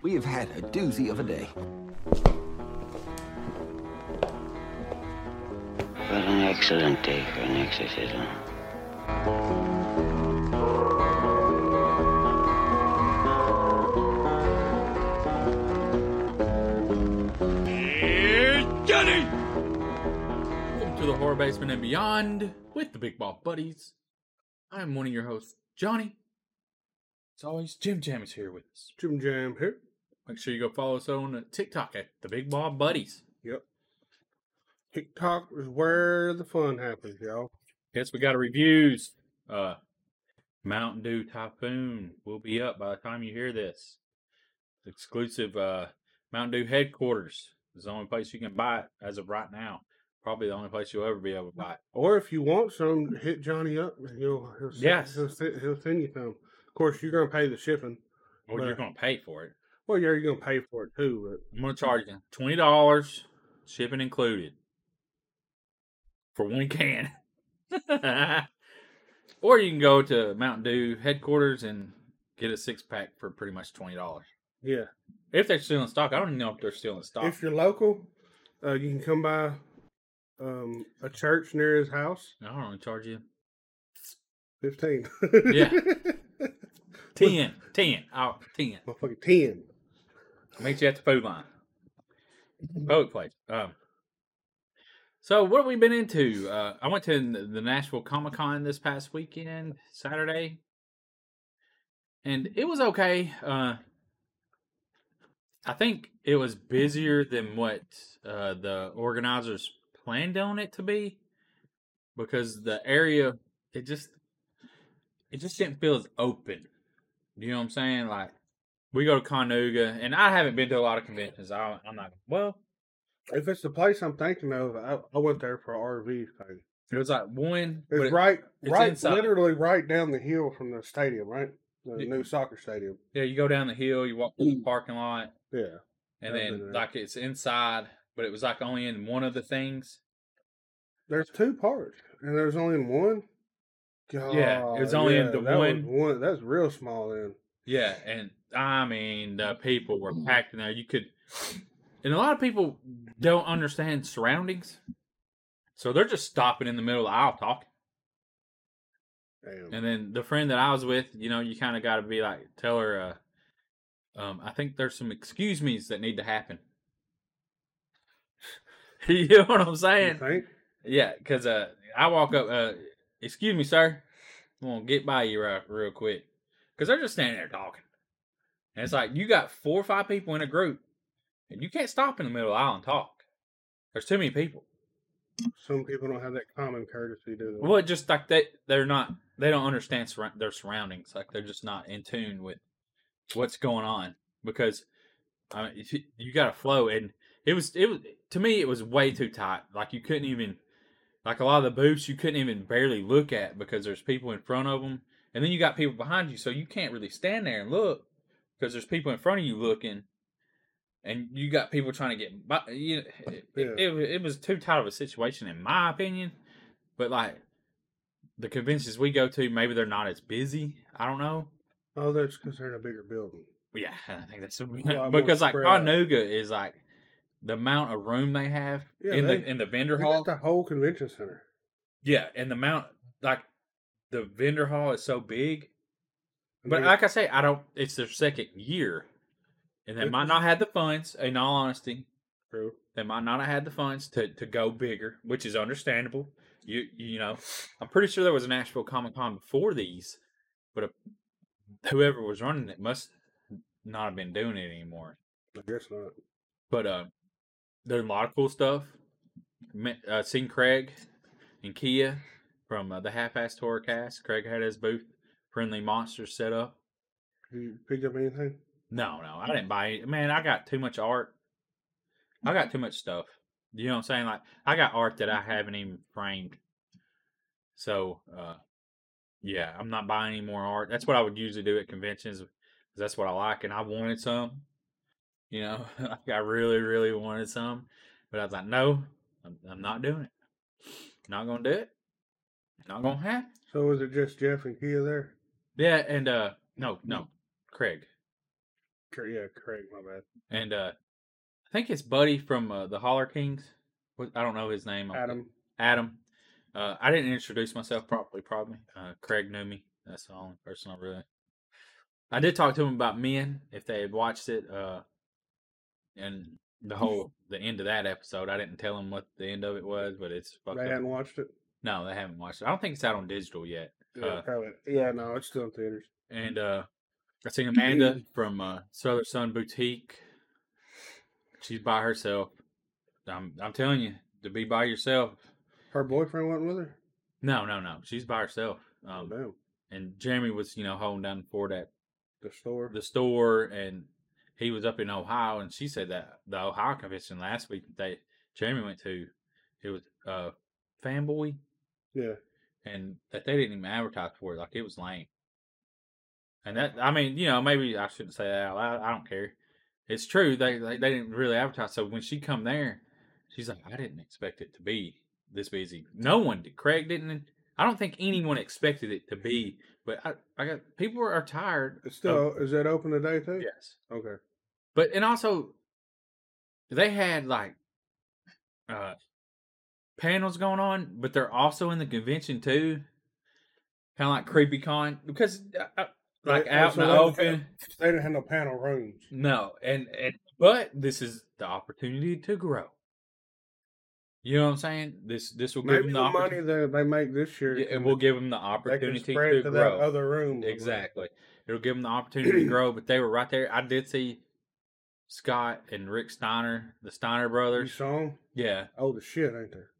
We have had a doozy of a day. What an excellent day for an exorcism. Johnny! Welcome to the Horror Basement and Beyond with the Big Ball Buddies. I'm one of your hosts, Johnny. As always, Jim Jam is here with us. Jim Jam here. Make sure you go follow us on uh, TikTok at the Big Ball Buddies. Yep. TikTok is where the fun happens, y'all. Yes, we got a reviews. Uh, Mountain Dew Typhoon will be up by the time you hear this. It's exclusive uh, Mountain Dew headquarters is the only place you can buy it as of right now. Probably the only place you'll ever be able to buy it. Or if you want some, hit Johnny up. and He'll he'll, send- Yes. he'll, se- he'll send you some. Of course, you're gonna pay the shipping. Or But- you're going to pay for it. Well, yeah, you're gonna pay for it too. I'm gonna charge you twenty dollars, shipping included, for one can. or you can go to Mountain Dew headquarters and get a six pack for pretty much twenty dollars. But yeah, If they're still in stock, I don't even know if they're still in stock. if you're local, uh, you can come by um, a church near his house. I don't know, charge you Fifteen. Yeah. ten, ten, oh, ten. Motherfucking ten. Meet you at the food line, public place. Um, so what have we been into? Uh, I went to the- the Nashville Comic Con this past weekend, Saturday, and it was okay. Uh, I think it was busier than what uh, the organizers planned on it to be, because the area it just it just didn't feel as open. You know what I'm saying? Like we go to Conuga, and I haven't been to a lot of conventions. I, I'm not well. If it's the place I'm thinking of, I, I went there for a RV thing. It was like one, It's but it- right, it's right, inside. literally right down the hill from the stadium, right? The Yeah. new soccer stadium. yeah. You go down the hill, you walk Mm. through the parking lot, Yeah. I've been and then there. like it's inside, but it was like only in one of the things. There's two parts, and there's only in one. Yeah, it was God, only in the that was one- one. That's real small. Then Yeah, and I mean the people were Mm. packed in there. You could, and a lot of people don't understand surroundings, so they're just stopping in the middle of the aisle talking. damn. And then the friend that I was with, you know, you kind of got to be like, tell her, uh, um, I think there's some excuse me's that need to happen. you know what I'm You saying? think? Yeah, because uh, I walk up, uh, excuse me, sir. I'm going to get by you real, real quick. Because they're just standing there talking. And it's like, you got four or five people in a group, and you can't stop in the middle of the aisle and talk. There's too many people. Some people don't have that common courtesy, do they? Well, it just like they they're not they don't understand surra- their surroundings. Like they're just not in tune with what's going on because I mean, if you, you got to flow and it was it was to me it was way too tight. Like you couldn't even like a lot of the booths you couldn't even barely look at because there's people in front of them and then you got people behind you so you can't really stand there and look because there's people in front of you looking and you got people trying to get by you know, it, it, Yeah. it, it was too tight of a situation in my opinion but like the conventions we go to maybe they're not as busy i don't know Oh, that's because they're in a bigger building. yeah, I think that's lot more because like spread out. Chattanooga is like the amount of room they have Yeah, in the they- in the They vendor hall. got the whole convention center. yeah, and the amount like the vendor hall is so big. I But mean, like I say, I don't. It's their second year, and they Which might is- not have the funds. In all honesty, true. they might not have had the funds to to go bigger, which is understandable. You you know, I'm pretty sure there was a Nashville Comic Con before these, but a, whoever was running it must not have been doing it anymore. I guess not. But uh, there's a lot of cool stuff. Met, uh, seen Craig and Kia from uh, the Half Ass Horror Cast. Craig had his booth, Friendly Monsters, set up. Did you pick up anything? No, no, I didn't buy it. Man, I got too much art. I got too much stuff. You know what I'm saying? Like I got art that I haven't even framed. So, uh, yeah, I'm not buying any more art. That's what I would usually do at conventions. 'cause That's what I like, and I wanted some. You know, like I really, really wanted some, but I was like, no, I'm, I'm not doing it. Not gonna do it. Not gonna happen. So was it just Jeff and Kia there? Yeah, and uh, no, no, Craig. Cor- Yeah, correct. My bad. and uh, I think it's Buddy from uh, the Holler Kings. What- I don't know his name. I'll- Adam. Adam. Uh, I didn't introduce myself properly, probably. Uh, Craig knew me. That's the only person I really. I did talk to him about men if they had watched it, uh, and the whole the end of that episode. I didn't tell him what the end of it was, but it's fucked They up. hadn't watched it. No, they haven't watched it. I don't think it's out on digital yet. Yeah, Uh, probably. Yeah, no, it's still in theaters. and uh, I seen Amanda from uh, Southern Sun Boutique. She's by herself. I'm I'm telling you to be by yourself. Her boyfriend wasn't with her. No, no, no. She's by herself. Oh Um, damn, and Jeremy was, you know, holding down for that the store. the store, and he was up in Ohio, and she said that the Ohio convention last week that they Jeremy went to, it was uh fanboy, yeah, and that they didn't even advertise for it, like it was lame. And that I mean, you know, maybe I shouldn't say that out loud. I don't care. It's true they they, they didn't really advertise. So when she come there, she's like, I didn't expect it to be this busy. No one did. Craig didn't. I don't think anyone expected it to be. But I, I got people are tired. it's still. of- Is that open today too? yes. Okay. But and also, they had like uh panels going on, but they're also in the convention too, kind of like creepy con because uh, uh, like They- out in so the they- open. They didn't have no panel rooms. No, and, and but this is the opportunity to grow. You know what I'm saying? This this will give Maybe them the the money opportunity, that they make this year, and can- we'll give them the they can opportunity spread to, to that grow. other room. Exactly. It'll give them the opportunity to grow, but they were right there. I did see Scott and Rick Steiner, the Steiner You brothers. saw 'em? Yeah. old as shit, ain't there?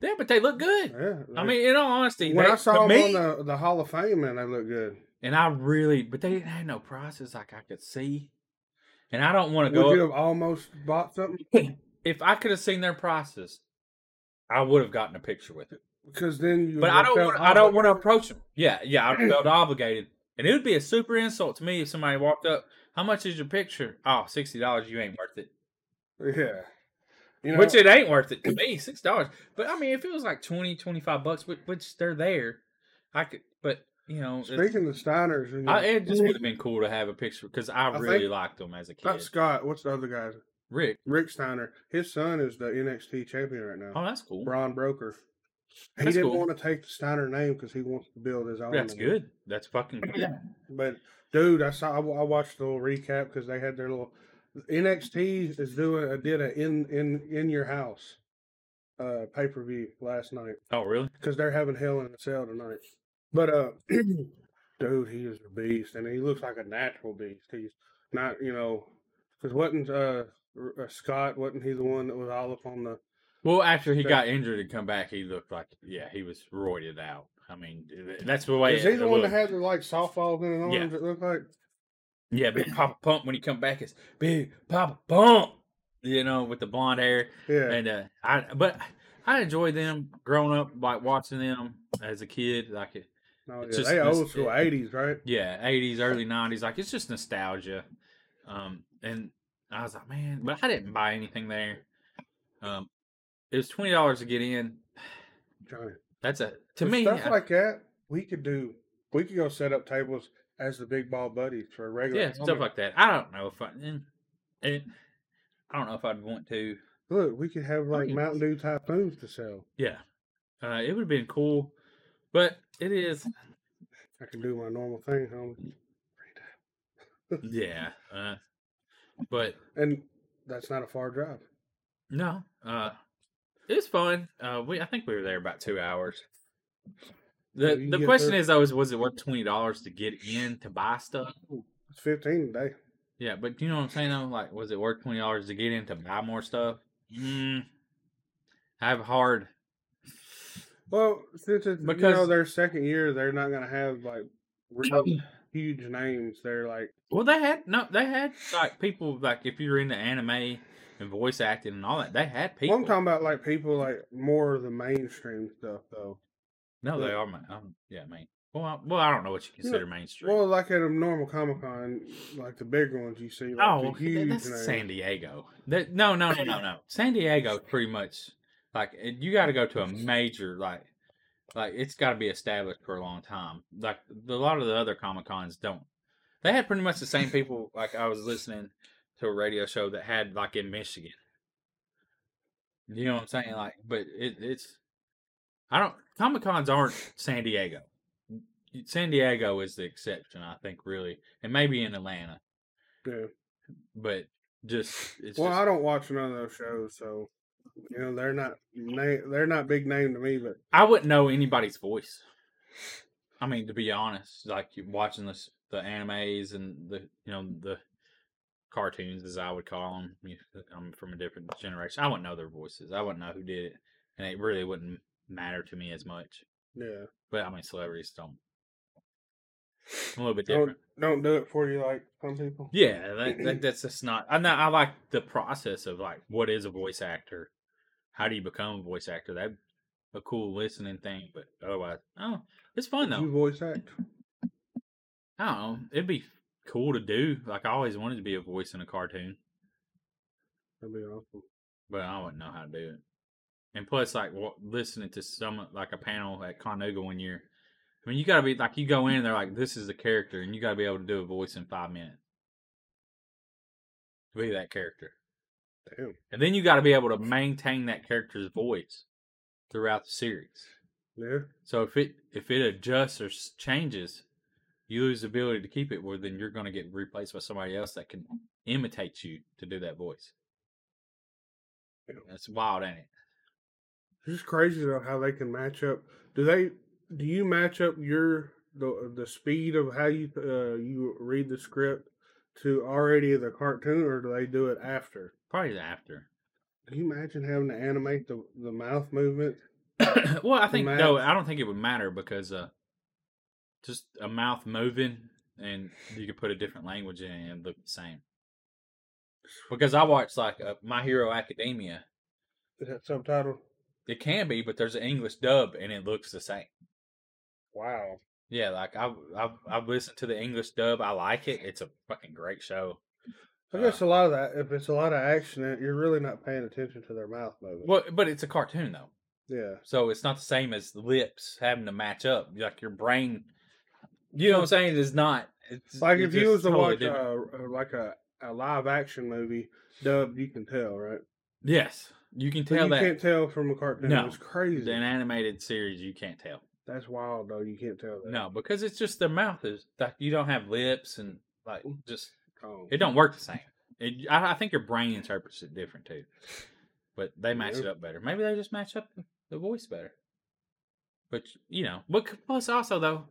Yeah, but they look good. Yeah. I they- mean, in all honesty, when they, I saw to them me, on the, the Hall of Fame, man, they look good. and I really, but they didn't have no prices like I could see. And I don't want to Would you go. have almost bought something? If I could have seen their prices, I would have gotten a picture with it. Because then you. But would I have don't. felt Wanna, I don't obli- want to approach them. Yeah, yeah. I felt obligated, and it would be a super insult to me if somebody walked up. How much is your picture? Oh, sixty dollars. You ain't worth it. Yeah. You know, which it ain't worth it to me six dollars but i mean if it was like 20 25 bucks which, which they're there i could but you know it's, speaking of Steiners, you know, I, it just would have been cool to have a picture because i I really think- liked them as a not kid Scott. What's the other guy's? rick Rick Steiner. His son is the NXT champion right now. oh that's cool Braun Broker. He That's didn't cool. want to take the Steiner name because he wants to build his own. that's name. good that's fucking good But dude, I saw. I, wa- I watched the little recap because they had their little NXT is doing. uh, Did a in in in your house uh pay per view last night oh really because they're having Hell in a Cell tonight. But uh, dude, he is a beast, and he looks like a natural beast. He's not, you know, because wasn't uh, R- uh Scott? Wasn't he the one that was all up on the? well after he Sure. got injured and come back he looked like yeah he was roided out i mean that's the way is he it the one that looked. had the like softballs in his arms? Yeah. It looked like yeah big papa pump when he come back is big papa pump you know with the blonde hair yeah. and uh, I but I enjoyed them growing up, like watching them as a kid, like it- no, Oh, yeah, it's just they this- old school eighties, right? yeah, eighties, early nineties, like it's just nostalgia. Um, and I was like, man, but I didn't buy anything there. Um, it was twenty dollars to get in. Johnny. That's a to With me. stuff I- like that, we could do. We could go set up tables as the big ball buddies for a regular. yeah, stuff like that. I don't know if I, and, and I don't know if I'd want to. look, we could have like yeah. Mountain Dew typhoons to sell. Yeah, uh, it would have been cool, but it is. I can do my normal thing, homie. Yeah, uh, but And that's not a far drive. No. Uh it was fun. Uh we I think we were there about two hours. Yeah, The you the get question there- is though is was it worth twenty dollars to get in to buy stuff? It's fifteen today. Yeah, but you know what I'm saying though? Like was it worth twenty dollars to get in to buy more stuff? Mm, I have a hard Well, since it's you know Because- their second year, they're not gonna have like real huge names. They're like Well they had no they had like people like if you're into anime and voice acting and all that, they had well, people. I'm talking about like people like more of the mainstream stuff though. no, they are my um, yeah, man. Well I, well I don't know what you consider mainstream. Well, like at a normal Comic Con, like the big ones you see, like Oh, the th- huge that's names. San Diego. That no, no, no, no, no. San Diego is pretty much like it- you got to go to a major like like it's got to be established for a long time. Like the- a lot of the other comic cons don't They had pretty much the same people. Like I was listening to a radio show that had like in Michigan. You know what I'm saying? Like, but it, it's I don't Comic Cons aren't San Diego. San Diego is the exception, I think, really, and maybe in Atlanta, Yeah. but just it's Well, just- I don't watch none of those shows, so you know they're not na- they're not big name to me. But I wouldn't know anybody's voice. I mean, to be honest, like you watching this, the animes and the you know the cartoons, as I would call them. I'm from a different generation. I wouldn't know their voices. I wouldn't know who did it, and it really wouldn't matter to me as much. yeah, But I mean, celebrities don't. I'm a little bit don't different. don't do it for you like some people. Yeah, that, that that's just not. I know. I like the process of like what is a voice actor, how do you become a voice actor? That a cool listening thing, but otherwise, oh, it's fun Did though. You voice act. I don't know. It'd be cool to do. Like I always wanted to be a voice in a cartoon, That'd be awesome. but I wouldn't know how to do it. And plus, like wa- listening to some like a panel at Conuga one year. I mean, you gotta be like you go in and they're like, "This is the character," and you gotta be able to do a voice in five minutes to be that character. Damn. And then you got to be able to maintain that character's voice throughout the series. Yeah. So if it if it adjusts or s- changes, you lose the ability to keep it. Well, then you're going to get replaced by somebody else that can imitate you to do that voice. Yeah. That's wild, ain't it? It's just crazy though how they can match up. Do they? Do you match up your the the speed of how you uh, you read the script to already the cartoon, or do they do it after? Probably the after. Can you imagine having to animate the the mouth movement? well, I think no, mouth. I don't think it would matter because uh, just a mouth moving, and you could put a different language in it and it'd look the same. Because I watched like uh, My Hero Academia, Is that subtitle? It can be, but there's an English dub and it looks the same. Wow. Yeah, like I've I've, I've listened to the English dub. I like it. It's a fucking great show. I guess a lot of that. If it's a lot of action, you're really not paying attention to their mouth movement. Well, but it's a cartoon though, Yeah. so it's not the same as the lips having to match up. Like your brain, you know what I'm saying? Is not it's, Like it's if you just was to totally watch different. uh, uh, like a, a live action movie dubbed, you can tell, right? yes, you can But tell you that can't tell from a cartoon. No. It's crazy. an animated series you can't tell. That's wild, though. You can't tell that. No, because it's just their mouth is like you don't have lips and like just Oh. It don't work the same. It, I, I think your brain interprets it different too. But they match it Yeah. up better. Maybe they just match up the voice better. But you know, but c- plus also though,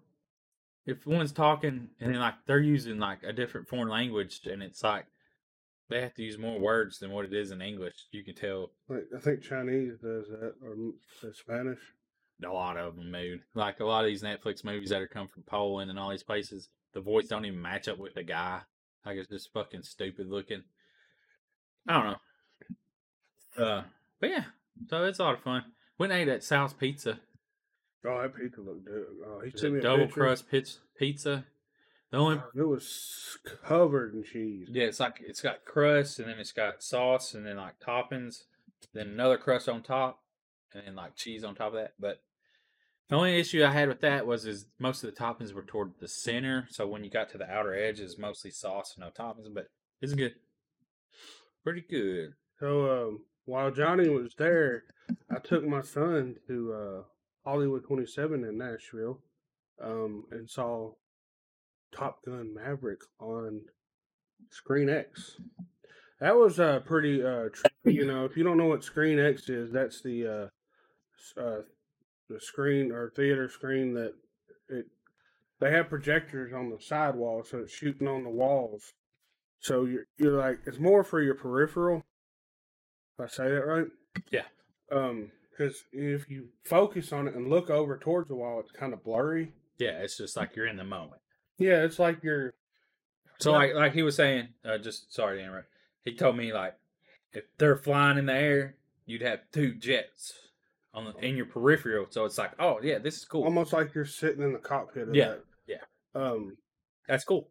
if one's talking and then like they're using like a different foreign language and it's like they have to use more words than what it is in English, you can tell Like, I think Chinese does that, or m- the Spanish. a lot of them mood. Like a lot of these Netflix movies that are come from Poland and all these places, the voice don't even match up with the guy. Like it's just fucking stupid looking. I don't know. Uh, but yeah, so it's a lot of fun. Went and ate at Sal's Pizza. Oh, that pizza looked good. Oh, he It's sent me a a double picture. crust pizza. Pizza. The only It was covered in cheese. yeah, it's like it's got crust and then it's got sauce and then like toppings, then another crust on top, and then like cheese on top of that. But the only issue I had with that was is most of the toppings were toward the center, so when you got to the outer edge, it's mostly sauce and no toppings. But it's good, pretty good. So um, while Johnny was there, I took my son to uh, Hollywood 27 in Nashville um, and saw Top Gun Maverick on Screen X. That was a pretty, uh, tr- you know, if you don't know what Screen X is, that's the uh, s- uh, the screen or theater screen that it they have projectors on the sidewall, so it's shooting on the walls. So you're you're like it's more for your peripheral. If I say that right? Yeah. Um, because if you focus on it and look over towards the wall, it's kind of blurry. Yeah, it's just like you're in the moment. Yeah, it's like you're. So like like he was saying, uh, just sorry to interrupt. He told me like if they're flying in the air, you'd have two jets on the, in your peripheral. So it's like, oh yeah, this is cool. almost like you're sitting in the cockpit of Yeah, that. yeah. Um, That's cool.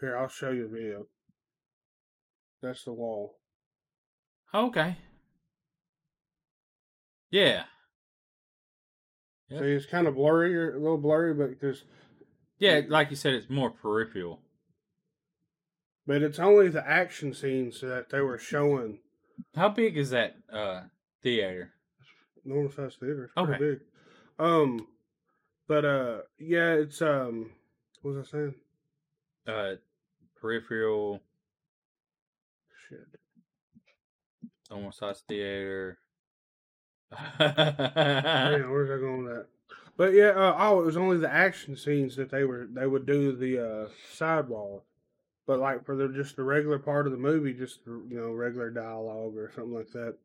here I'll show you a video. That's the wall. Oh, Okay. Yeah. Yep. See, it's kind of blurry, a little blurry, but because Yeah, like you said, it's more peripheral. But it's only the action scenes that they were showing. How big is that uh theater? Normal size theater. It's pretty Okay. big. Um but uh yeah, it's um what was I saying? Uh peripheral Shit. almost size theater. Damn, where's I going with that? But yeah, uh, oh, it was only the action scenes that they were they would do the uh, sidewall, but like for the just the regular part of the movie, just you know regular dialogue or something like that.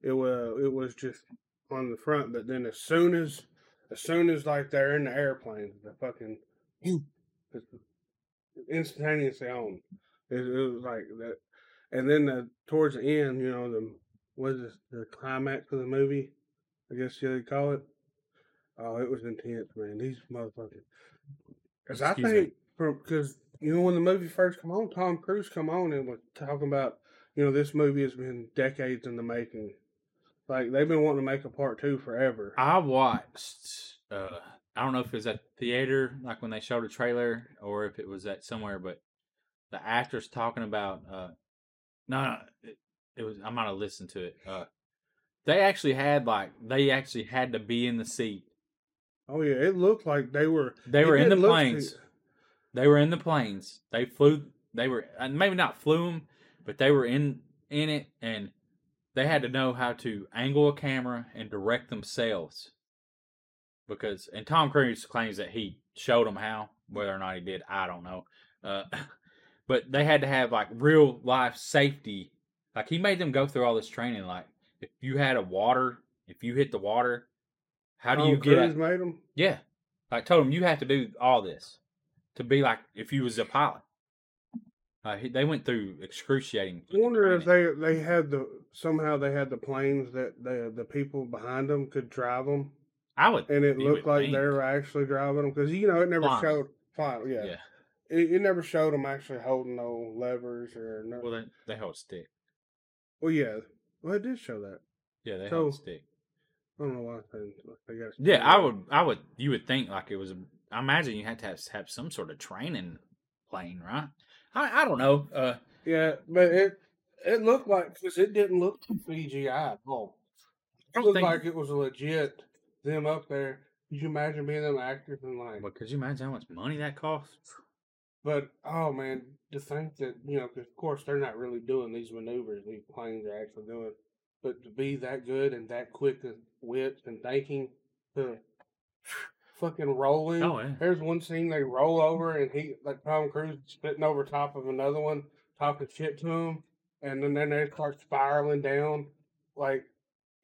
It was it was just on the front, but then as soon as as soon as like they're in the airplane, the fucking instantaneously on. It, it was like that, and then the, towards the end, you know the what is this, the climax of the movie? I guess you would call it. Oh, it was intense, man. These motherfuckers. Because I Excuse me. think, because you know, when the movie first come on, Tom Cruise come on and was talking about, you know, this movie has been decades in the making. Like they've been wanting to make a part two forever. I watched. Uh, I don't know if it was at the theater, like when they showed a trailer, or if it was at somewhere. But the actors talking about. Uh, no, no, it, it was. I might have listened to it. Uh, they actually had like they actually had to be in the seat. oh yeah, it looked like they were. They it were in the didn't look planes. too- They were in the planes. They flew. They were uh, maybe not flew them, but they were in in it, and they had to know how to angle a camera and direct themselves. Because and Tom Cruise claims that he showed them how. Whether or not he did, I don't know. Uh, but they had to have like real life safety. Like he made them go through all this training. Like if you had a water, if you hit the water, how do Tom you get? Cruise out- made 'em? yeah. I told him you have to do all this to be like if you was a pilot. Uh, he, they went through excruciating. I wonder if training. they they had the somehow they had the planes that the the people behind them could drive them, I would. and it You looked would like think. they were actually driving them because you know it never Flying. showed flying. Yeah. Yeah, It, it never showed them actually holding no levers or no. Well, Well, they, they hold stick. yeah, well it did show that. Yeah, they So- hold stick. I don't know why they, they got. Yeah, I would. I would. You would think like it was. A, I imagine you had to have, have some sort of training plane, right? I I don't know. Uh, Yeah, but it it looked like because it didn't look CGI at all. It don't looked think- like it was legit. Them up there. Could you imagine being them actors and like? well, could you imagine how much money that costs? But oh man, to think that you know, 'cause of course they're not really doing these maneuvers; these planes are actually doing. But to be that good and that quick of wits and thinking to fucking rolling. Oh, yeah. There's one scene they roll over and he like Tom Cruise spitting over top of another one, talking shit to him, and then then they start spiraling down, like,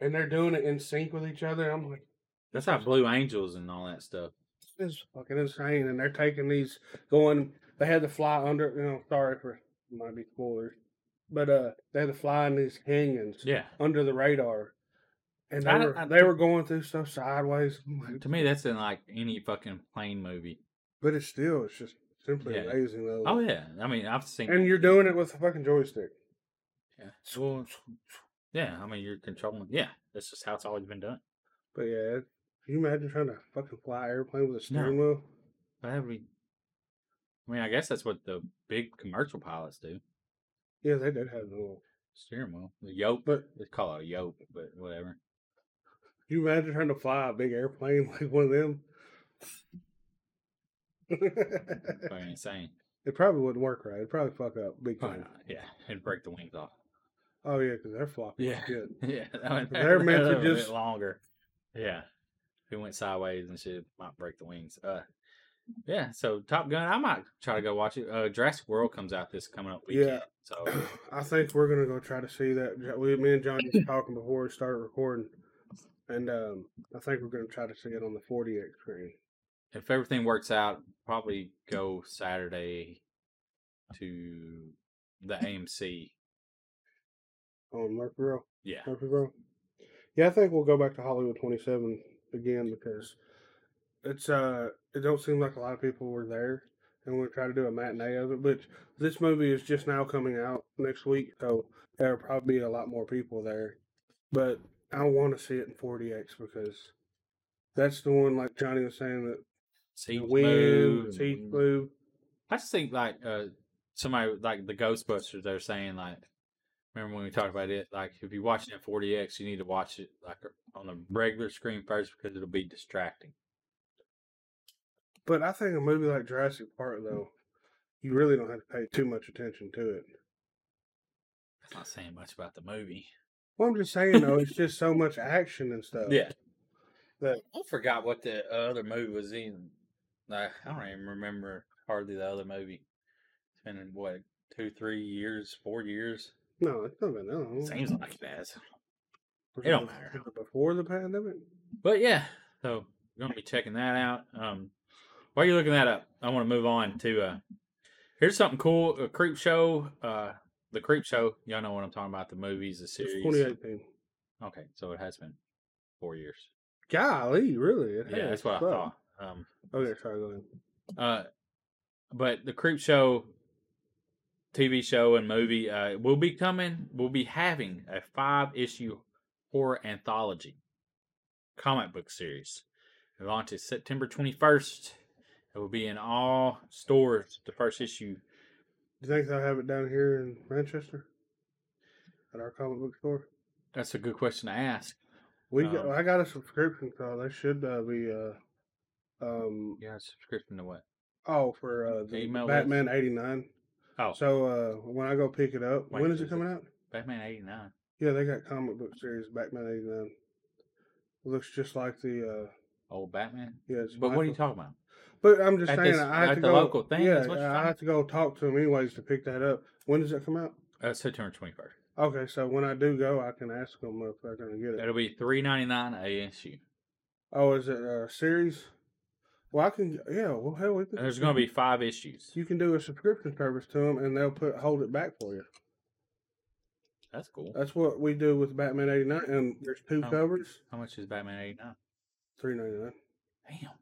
and they're doing it in sync with each other. I'm like. That's how Blue Angels and all that stuff. It's fucking insane, and they're taking these going. They had to fly under. You know, sorry for might be spoilers, but uh, they had to fly in these canyons Yeah. under the radar, and they I- were I- they were going through stuff sideways. I'm like, To me, that's in like any fucking plane movie. But it's still, it's just simply Yeah. amazing though. Oh yeah. I mean, I've seen. And you're doing it with a fucking joystick. Yeah. Well, yeah. I mean, you're controlling. Yeah, that's just how it's always been done. But yeah, it- can you imagine trying to fucking fly an airplane with a steering wheel? But have we? I mean, I guess that's what the big commercial pilots do. Yeah, they did have the little. Steering wheel, the yoke. But It's called a yoke, but whatever. can you imagine trying to fly a big airplane like one of them? Fucking insane. It probably wouldn't work right. It'd probably fuck up big Probably time. not. Yeah, and break the wings off. Oh yeah, because they're floppy. Yeah. shit. Yeah, that would- They're meant to that would be a bit just- longer. Yeah, if it went sideways and shit, might break the wings. Uh, yeah. So Top Gun, I might try to go watch it. Uh, Jurassic World comes out this coming up Yeah. weekend. So I think we're gonna go try to see that. We, me and Johnny were talking before we started recording, and um, I think we're gonna try to see it on the 40x screen. if everything works out, probably go Saturday to the AMC. on Murphy Row. Yeah. Murphy Row. Yeah, I think we'll go back to Hollywood 27 again because it's uh it don't seem like a lot of people were there, and we're trying to do a matinee of it. But this movie is just now coming out next week, so there'll probably be a lot more people there. But I want to see it in 40x because that's the one like Johnny was saying that Seeds wind, move. teeth and- move. I just think like uh somebody like the Ghostbusters they're saying like remember when we talked about it like if you're watching it 40x you need to watch it like on a regular screen first because it'll be distracting. But I think a movie like Jurassic Park, though, you really don't have to pay too much attention to it. That's not saying much about the movie. Well, I'm just saying though, it's just so much action and stuff. yeah. that- I forgot what the uh, other movie was in. Like, I don't even remember hardly the other movie. It's been what two, three years, four years. No, it's not been that long. Seems like it has. Was it don't bef- matter. was it Before the pandemic, But yeah, so we're gonna be checking that out. Um, while you're looking that up, I want to move on to uh, here's something cool: a creep show. Uh, the creep show. Y'all know what I'm talking about. The movies, the it's series. 2018. Okay, so it has been four years. Golly, really? It Yeah, has. that's what I Fuck. thought. Um, Okay, sorry, go ahead. uh, but the creep show TV show and movie uh, will be coming. We'll be having a five issue horror anthology comic book series. It launches September twenty first. It will be in all stores. The first issue. Do you think they'll have it down here in Manchester at our comic book store? That's a good question to ask. We got, Um, I got a subscription, so they should uh, be. Uh, um. You have a subscription to what? Oh, for uh, the Email list? Batman '89. Oh, So uh, when I go pick it up, Wait, when is is it it- coming out? Batman eighty nine. Yeah, they got comic book series Batman '89. Looks just like the. Uh, Old Batman. yeah, it's But what are you Michael- talking about? But I'm just At saying, this- I have at to the go. local thing? yeah, That's what you're I talking have to go talk to them anyways to pick that up. When does it come out? Uh, September twenty first. Okay, so when I do go, I can ask them if they're gonna get it. It'll be three ninety nine a issue. Oh, is it a series? Well, I can. Yeah, well, hell, we can. And there's going to be five issues. You can do a subscription service to them, and they'll put hold it back for you. That's cool. That's what we do with Batman '89, and there's two Oh. covers, How much is Batman 89? three ninety nine. Damn.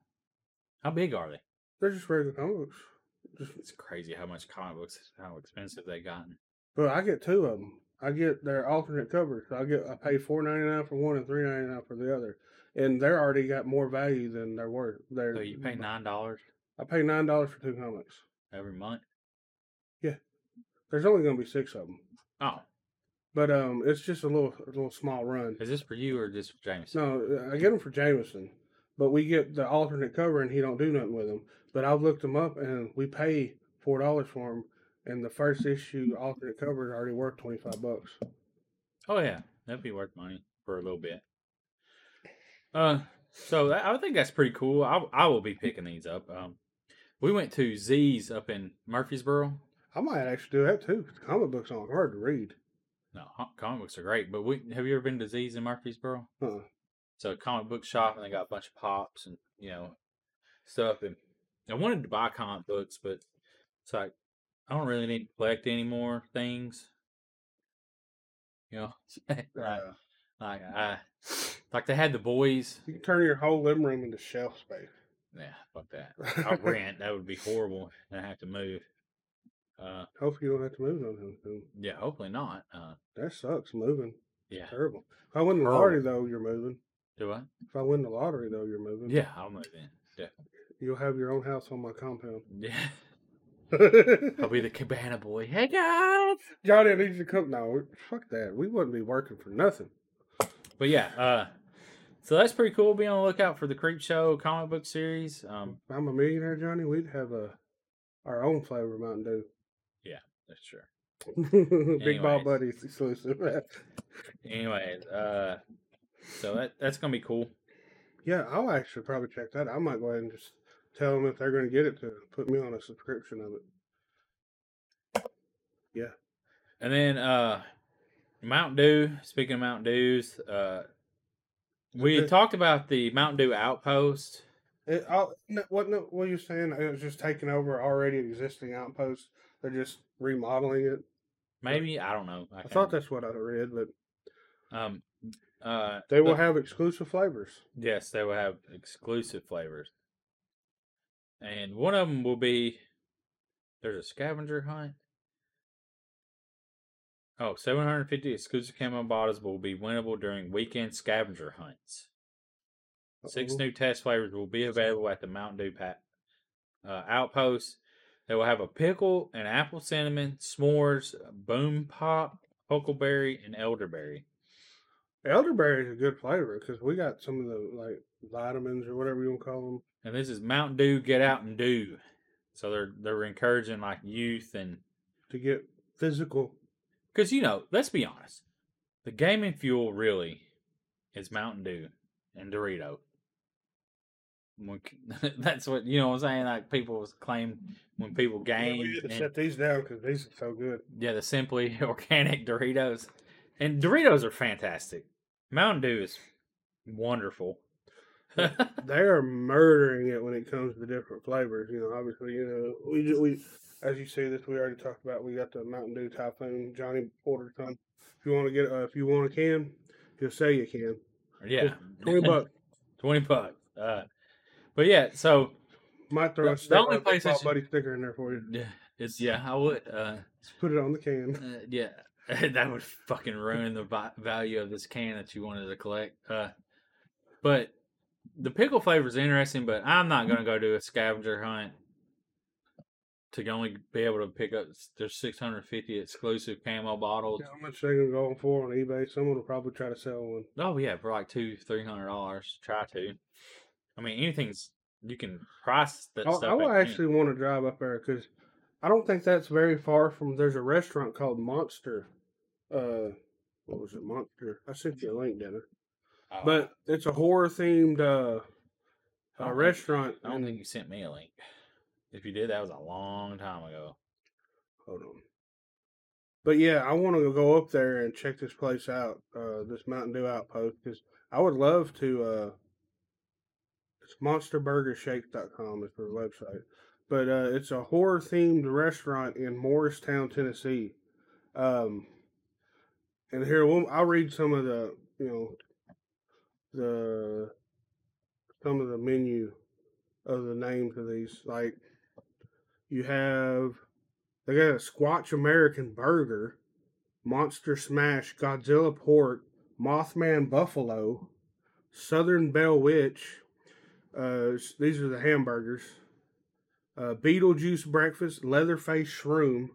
How big are they? They're just regular comic books. Just, It's crazy how much comic books, how expensive they gotten. but I get two of them. I get their alternate covers. I get I pay four ninety nine for one and three ninety nine for the other, and they're already got more value than they're worth. They're, So you pay $9 I pay nine dollars for two comics. every month? There's only going to be six of them, Oh, but um, it's just a little a little small run. is this for you or just for James? No, I get them for Jameson, but we get the alternate cover, and he don't do nothing with them. But I've looked them up, and we pay four dollars for them. And the first issue alternate cover is already worth twenty five bucks. Oh, yeah. That'd be worth money for a little bit. Uh, so that, I think that's pretty cool. I, I will be picking these up. Um, we went to Z's up in Murfreesboro. I might actually do that too. 'cause the comic books aren't hard to read. No, ho- comic books are great, but we, have you ever been to Z's in Murfreesboro? Huh. so a comic book shop and they got a bunch of pops and you know stuff and i wanted to buy comic books but it's like i don't really need to collect any more things you know like, Uh, like i like they had the boys you can turn your whole living room into shelf space. yeah fuck that i rent that would be horrible and i have to move uh Hopefully you don't have to move on him soon. yeah hopefully not uh That sucks. Moving yeah terrible. If I win the Terrible. lottery though, you're moving. do i If I win the lottery though, you're moving. yeah i'll move in definitely You'll have your own house on my compound. yeah i'll be the cabana boy hey guys Johnny needs to come. No, we- fuck that. We wouldn't be working for nothing. But yeah, uh, so that's pretty cool. Be on the lookout for the Creep Show comic book series. Um, If I'm a millionaire, Johnny. We'd have a our own flavor Mountain Dew. that's true. Big Ball Anyways. Buddies exclusive. Anyways, uh, so that that's gonna be cool. yeah, I'll actually probably check that. I might go ahead and just tell them if they're going to get it to put me on a subscription of it. And then uh, Mountain Dew. Speaking of Mountain Dews, uh, we had talked about the Mountain Dew Outpost. It, I'll, no, what, no, what you're saying? It was just taking over already existing outposts. They're just remodeling it. Maybe I don't know. I, I can't- thought that's what I read, but um, uh, they will but- have exclusive flavors. Yes, they will have exclusive flavors. And one of them will be there's a scavenger hunt. Oh, 750 exclusive camo bottles will be winnable during weekend scavenger hunts. 6 Uh-oh. new test flavors will be available at the Mountain Dew pa- uh, outpost. They will have a pickle, an apple cinnamon, s'mores, boom pop, huckleberry, and elderberry. Elderberry is a good flavor because we got some of the like vitamins or whatever you want to call them. And this is Mountain Dew, get out and do. So they're they're encouraging like youth and to get physical. because you know, let's be honest, the gaming fuel really is Mountain Dew and Dorito. When c- That's what you know. what I'm saying like people claim when people Yeah, game we need to and- set these down because these are so good. Yeah, the simply organic Doritos. And Doritos are fantastic. Mountain Dew is wonderful. They are murdering it when it comes to the different flavors. You know, obviously, you know, we ju- we as you see this, we already talked about. We got the Mountain Dew Typhoon. Johnny ordered some. If you want to get, uh, if you want a can, he'll sell you a can. yeah. Twenty bucks. 20 bucks. Uh, but yeah, so Might throw The- a the sticker, only a place I Paw should- buddy sticker in there for you. yeah, it's, yeah, I would, uh, Just put it on the can. uh yeah, that would fucking ruin the vi- value of this can that you wanted to collect. Uh, but the pickle flavor is interesting, but I'm not Mm-hmm. going to go do a scavenger hunt to only be able to pick up there's 650 exclusive camo bottles. Yeah, how much they gonna go for on eBay? Someone will probably try to sell one. Oh yeah, for like two, three hundred dollars. Try to. I mean, anything's you can price that I, stuff. I would at any- actually want to drive up there because I don't think that's very far from. There's a restaurant called Monster. Uh, what was it? Monster. I sent you a link, didn't I? Oh, But it's a horror themed uh, I uh don't restaurant. think- I don't and- think you sent me a link. If you did, that was a long time ago. Hold on. But yeah, I want to go up there and check this place out, uh, this Mountain Dew Outpost, because I would love to. Uh, it's monsterburgershake.com is their website. But uh, it's a horror themed restaurant in Morristown, Tennessee. Um, and here, we'll, I'll read some of the, you know, the, some of the menu of the names of these. Like, you have they got a Squatch American Burger, Monster Smash, Godzilla Port, Mothman Buffalo, Southern Bell Witch. Uh, s- these are the hamburgers. Uh, Beetlejuice Breakfast, Leatherface Shroom,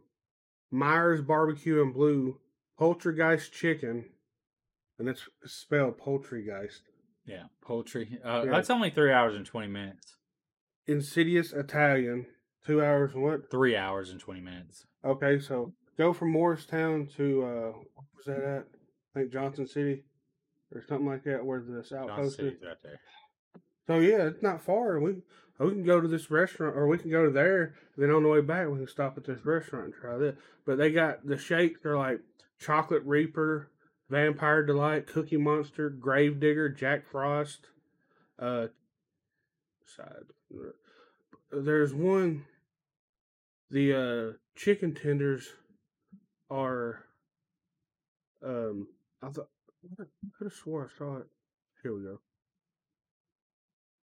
Myers Barbecue and Blue, Poltergeist Chicken, and it's spelled Poltergeist. Yeah, poultry. Uh, Yeah. That's only three hours and twenty minutes. Insidious Italian, two hours and what? Three hours and twenty minutes. Okay, so go from Morristown to uh, what was that at? I think Johnson City or something like that, where this Johnson outpost is. City's right there. So yeah, it's not far. We oh, we can go to this restaurant, or we can go to there. Then on the way back, we can stop at this restaurant and try this. But they got the shakes are like chocolate reaper, vampire delight, cookie monster, gravedigger, Jack Frost. Uh, side. There's one. The uh, chicken tenders are. Um, I thought I could have swore I saw it. Here we go.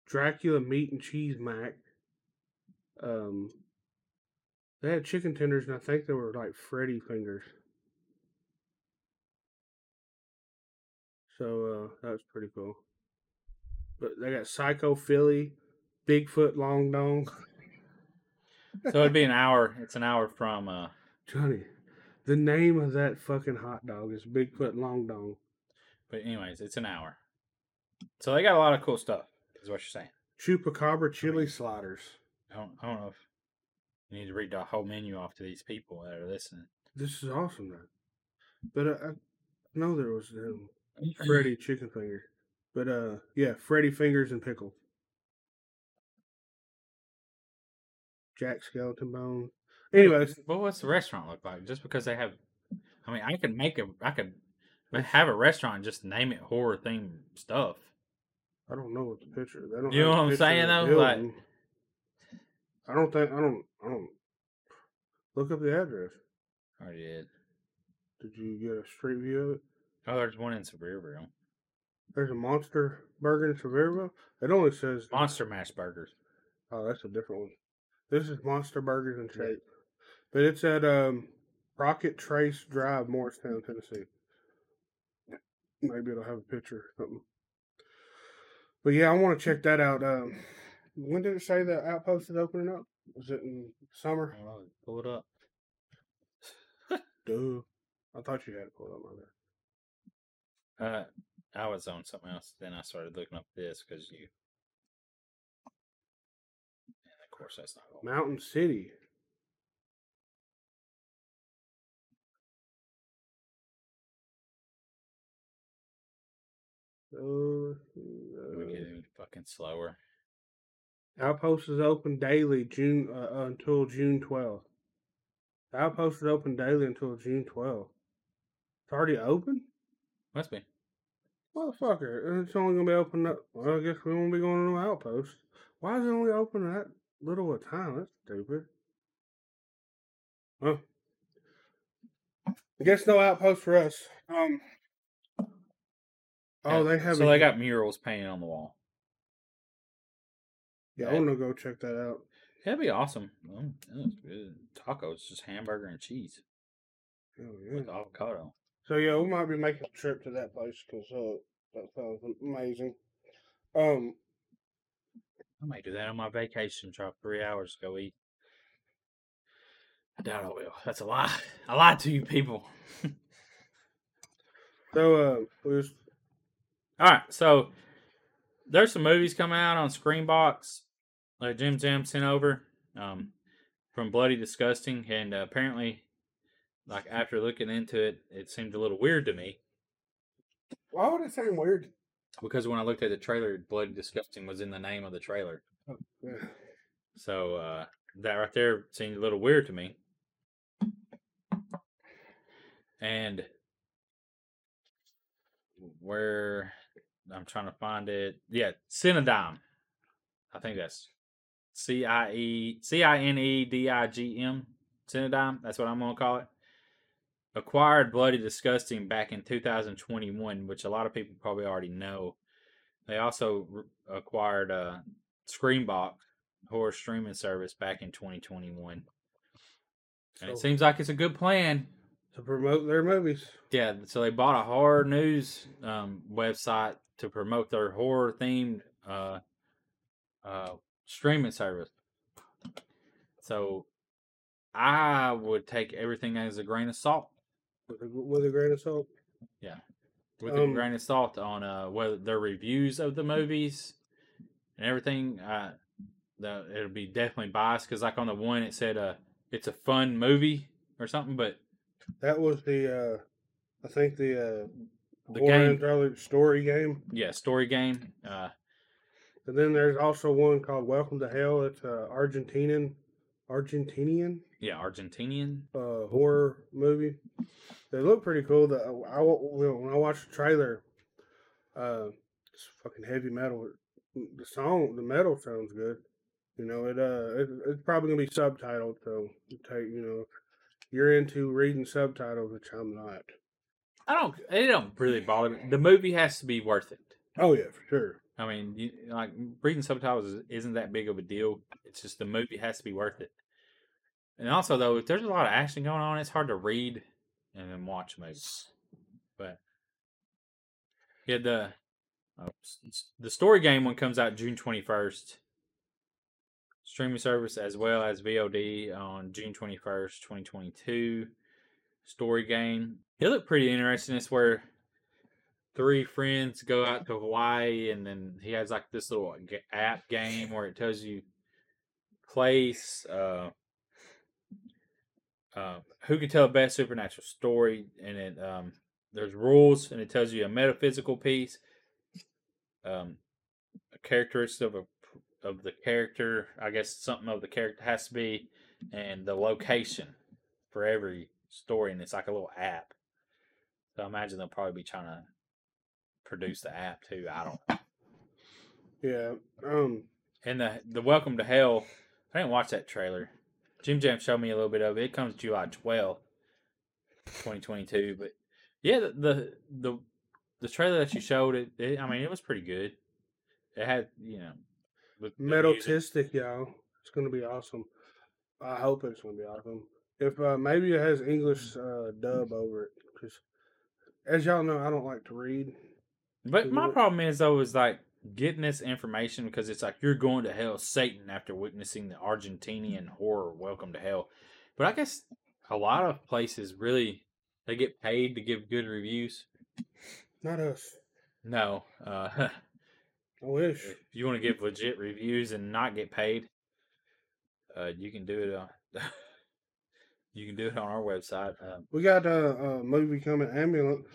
Dracula meat and cheese mac. Um, they had chicken tenders, and I think they were like Freddy fingers. So uh, that was pretty cool. But they got Psycho Philly, Bigfoot Long Dong. So it'd be an hour. It's an hour from. uh Johnny, the name of that fucking hot dog is Bigfoot Long Dong. But anyways, it's an hour. So they got a lot of cool stuff. Is what you're saying. Chupacabra Chili Sliders. I don't, I don't know if you need to read the whole menu off to these people that are listening. This is awesome, though. But uh, I, I know there was um, Freddy Chicken Finger. But uh yeah, Freddy Fingers and Pickle. Jack Skeleton Bone. Anyways, But what's the restaurant look like? Just because they have, I mean, I could make a, I could have a restaurant and just name it horror themed stuff. I don't know what the picture. They don't You know have a what I'm picture of the saying, though? Like- building. I don't think I don't I don't look up the address. I did. Did you get a street view of it? Oh, there's one in Sevierville. There's a monster burger in Sevierville. It only says Monster Mash Burgers. Oh, that's a different one. This is Monster Burgers and Shake. But it's at um, Rocket Trace Drive, Morristown, Tennessee. Maybe it'll have a picture or something. But yeah, I want to check that out. Um, when did it say the outpost is opening up? Was it in summer? don't know. Pull it up. Duh. I thought you had it pulled up on there. Uh, I was on something else. Then I started looking up this because you. And of course, that's not. Going. Mountain City. Oh, Let me get uh, it fucking slower. Outpost is open daily June uh, until June 12th. The Outpost is open daily until June 12th. It's already open? Must be. Motherfucker, uh, it's only gonna be open up. Well, I guess we won't be going to no outpost. Why is it only open that little a time? That's stupid. Huh? I guess no outpost for us. Um. Oh, Yeah, they have. So a- they got murals painted on the wall. Yeah, I want to go check that out. That'd be awesome. Mm, that looks good. Tacos, just hamburger and cheese Oh, with yeah. avocado. So yeah, we might be making a trip to that place because uh, that sounds amazing. Um. I might do that on my vacation. Drop three hours to go eat. I doubt I will. That's a lie. I lied to you people. So uh, we was All right, so there's some movies coming out on Screenbox that Jim Jam sent over um, from Bloody Disgusting, and uh, apparently, like after looking into it, it seemed a little weird to me why would it seem weird? because when I looked at the trailer, Bloody Disgusting was in the name of the trailer. Yeah. So uh, that right there seemed a little weird to me. And where I'm trying to find it, yeah, Cinedime. I think that's C I E C I N E D I G M. Cinedime. That's what I'm gonna call it. Acquired Bloody Disgusting back in 2021, which a lot of people probably already know. They also r acquired uh, Screenbox horror streaming service back in 2021. And So- it seems like it's a good plan. to promote their movies. Yeah, so they bought a horror news um, website to promote their horror themed uh, uh, streaming service. So I would take everything as a grain of salt. with a, with a grain of salt. with Um, hmm a grain of salt on uh, whether their reviews of the movies and everything. Uh, the, it'll be definitely biased because, like on the one, it said uh, it's a fun movie or something, but That was the, uh, I think the, uh, The horror game. and thriller story game. yeah, story game. Uh, And then there's also one called Welcome to Hell. It's a Argentinian, Argentinian yeah, Argentinian. uh, horror movie. They look pretty cool. The I wa- when I watched the trailer, uh, it's fucking heavy metal. The song, the metal sounds good. You know, it uh, it, it's probably gonna be subtitled. So you take, you know, you're into reading subtitles, which I'm not. I don't. It don't really bother me. The movie has to be worth it. Oh yeah, for sure. I mean, you, like reading subtitles is- isn't that big of a deal. It's just the movie has to be worth it. And also, though, if there's a lot of action going on, it's hard to read and then watch movies. But yeah, the uh, s- s- the story game one comes out June twenty first. Streaming service as well as VOD on June twenty first, twenty twenty two. Story game. It looked pretty interesting. It's where three friends go out to Hawaii, and then he has like this little g- app game where it tells you place, uh, uh, who can tell the best supernatural story, and it um, there's rules, and it tells you a metaphysical piece, um, a characteristic of a of the character, I guess something of the character has to be, and the location for every story, and it's like a little app. So I imagine they'll probably be trying to produce the app too. I don't. know. Yeah. Um. And the the Welcome to Hell, I didn't watch that trailer. Jim Jam showed me a little bit of it. It comes July twelfth, twenty twenty two. But yeah, the, the the the trailer that you showed it, it. I mean, it was pretty good. It had you know, with the Metal music. Tistic, y'all. It's gonna be awesome. I hope it's gonna be awesome. If uh, maybe it has English uh, dub over it, because as y'all know, I don't like to read. But my problem is though is like getting this information because it's like you're going to hell, Satan, after witnessing the Argentinian horror Welcome to Hell. But I guess a lot of places really they get paid to give good reviews. Not us. No, uh, I wish. if you want to give legit reviews and not get paid, uh, you can do it on you can do it on our website. Um, We got uh, a, a movie coming, Ambulance.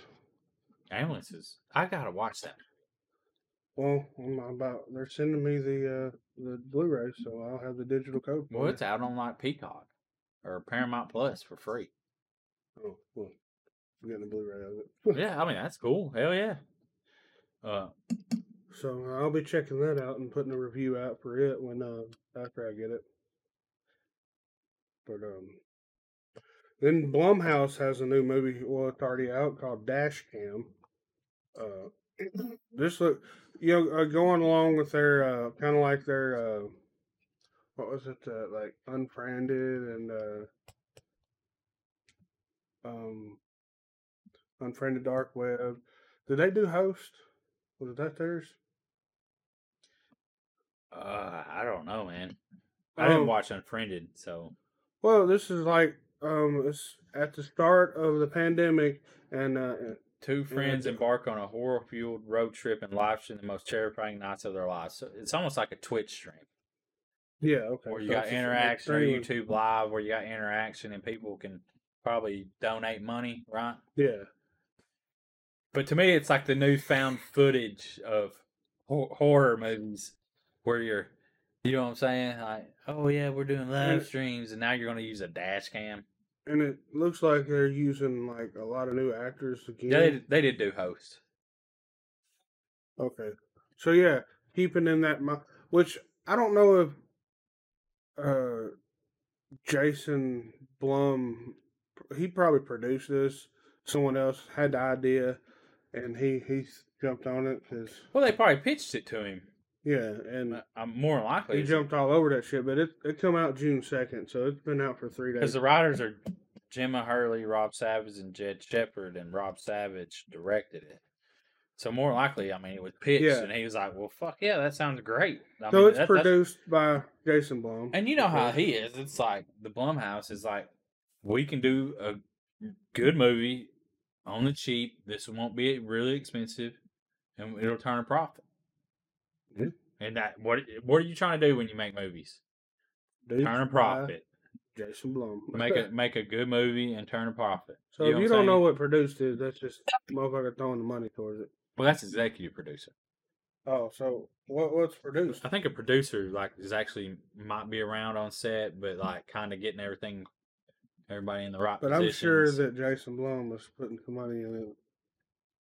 ambulances, I gotta watch that. Well, I'm about they're sending me the uh, the Blu-ray, so I'll have the digital code. for Well, it. it's out on like Peacock or Paramount Plus for free. Oh, well, I'm getting the Blu-ray of it. yeah, I mean that's cool. Hell yeah. Uh, So I'll be checking that out and putting a review out for it when uh after I get it. But um then Blumhouse has a new movie well it's already out called Dash Cam. Uh this look you know, uh, going along with their uh kind of like their uh what was it uh, like unfriended and uh um unfriended dark web did they do host was that theirs uh, I don't know, man. I didn't Um, watch Unfriended, so Well, this is like um, it's at the start of the pandemic, and uh, two friends the- embark on a horror fueled road trip and live stream the most terrifying nights of their lives. So it's almost like a Twitch stream. yeah, okay. Or you so got it's just like interaction or streaming. YouTube live where you got interaction and people can probably donate money, right? Yeah, But to me, it's like the newfound footage of hor- horror movies where you're, you know what I'm saying? Like, oh yeah, we're doing live Yeah. streams, and now you're going to use a dash cam. and it looks like they're using like a lot of new actors again. Yeah, they, did- they did do host. Okay, so yeah, keeping in that mind, which I don't know if uh, Jason Blum, he probably produced this. Someone else had the idea, and he he jumped on it. 'cause- Well, they probably pitched it to him. yeah, and Uh, I'm more likely He jumped all over that shit, but it it come out June second, so it's been out for three because days. the writers are Gemma Hurley, Rob Savage, and Jed Shepard, and Rob Savage directed it. So more likely, I mean, it was pitched, Yeah. and he was like, "Well, fuck yeah, that sounds great." I so mean, it's that- that's- produced by Jason Blum. And you know how he is. It's like the Blumhouse is like, we can do a good movie on the cheap. This won't be really expensive, and it'll turn a profit. Yeah. And that what what are you trying to do when you make movies? Produced Turn a by profit. Jason Blum. Make a make a good movie and turn a profit. so if what you I'm don't know saying? what produced is, that's just motherfucker throwing the money towards it. well, that's executive producer. Oh, so what what's produced? I think a producer like is actually might be around on set, but like kind of getting everything, everybody in the right. But I'm sure positions. that Jason Blum was putting some money in it.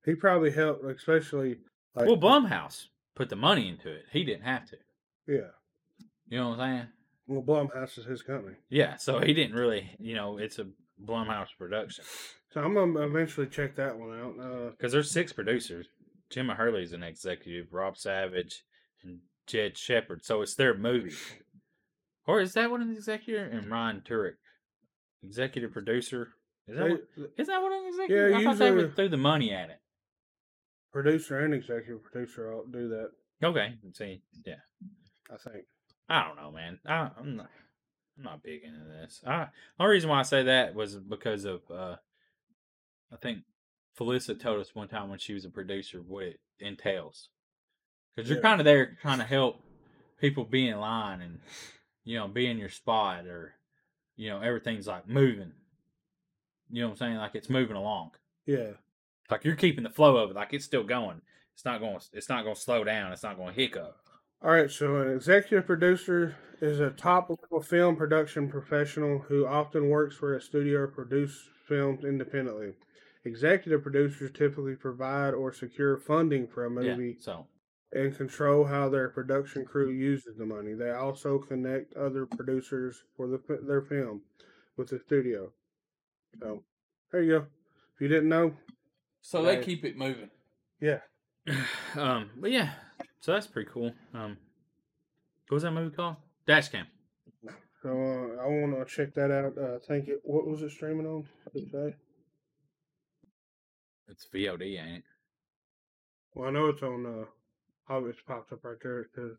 He probably helped, especially like Well, Blumhouse put the money into it. He didn't have to. yeah. You know what I'm saying? Well, Blumhouse is his company, Yeah. So he didn't really, you know, it's a Blumhouse production so I'm gonna eventually check that one out. Uh, because there's six producers. Jim Hurley's an executive. Rob Savage and Jed Shepard. So it's their movie. Or is that one an executive? And Ryan Turek, executive producer. Is that they- one, is that one an executive? Yeah, I thought they usually- would threw the money at it. producer and executive producer all do that, Okay. See, yeah. I think. I don't know, man. I, I'm not. I'm not big into this. I only reason why I say that was because of uh, I think Felissa told us one time when she was a producer what it entails. Because you're Yeah. kind of there trying to help people be in line and you know be in your spot or you know everything's like moving. You know what I'm saying? Like it's moving along. Yeah. Like you're keeping the flow of it. Like it's still going. It's not going. It's not going to slow down. It's not going to hiccup. All right, so an executive producer is a top level film production professional who often works for a studio or produce films independently. Executive producers typically provide or secure funding for a Yeah. movie So and control how their production crew uses the money. They also connect other producers for the, fi- their film with the studio. So, there you go. If you didn't know, so they keep it moving. yeah. um, but yeah, so that's pretty cool. Um, what was that movie called? Dash Cam. So uh, I want to check that out. Uh, thank you. What was it streaming on? Did it say? It's VOD, ain't it? Well, I know it's on uh, Hobbits popped up right there to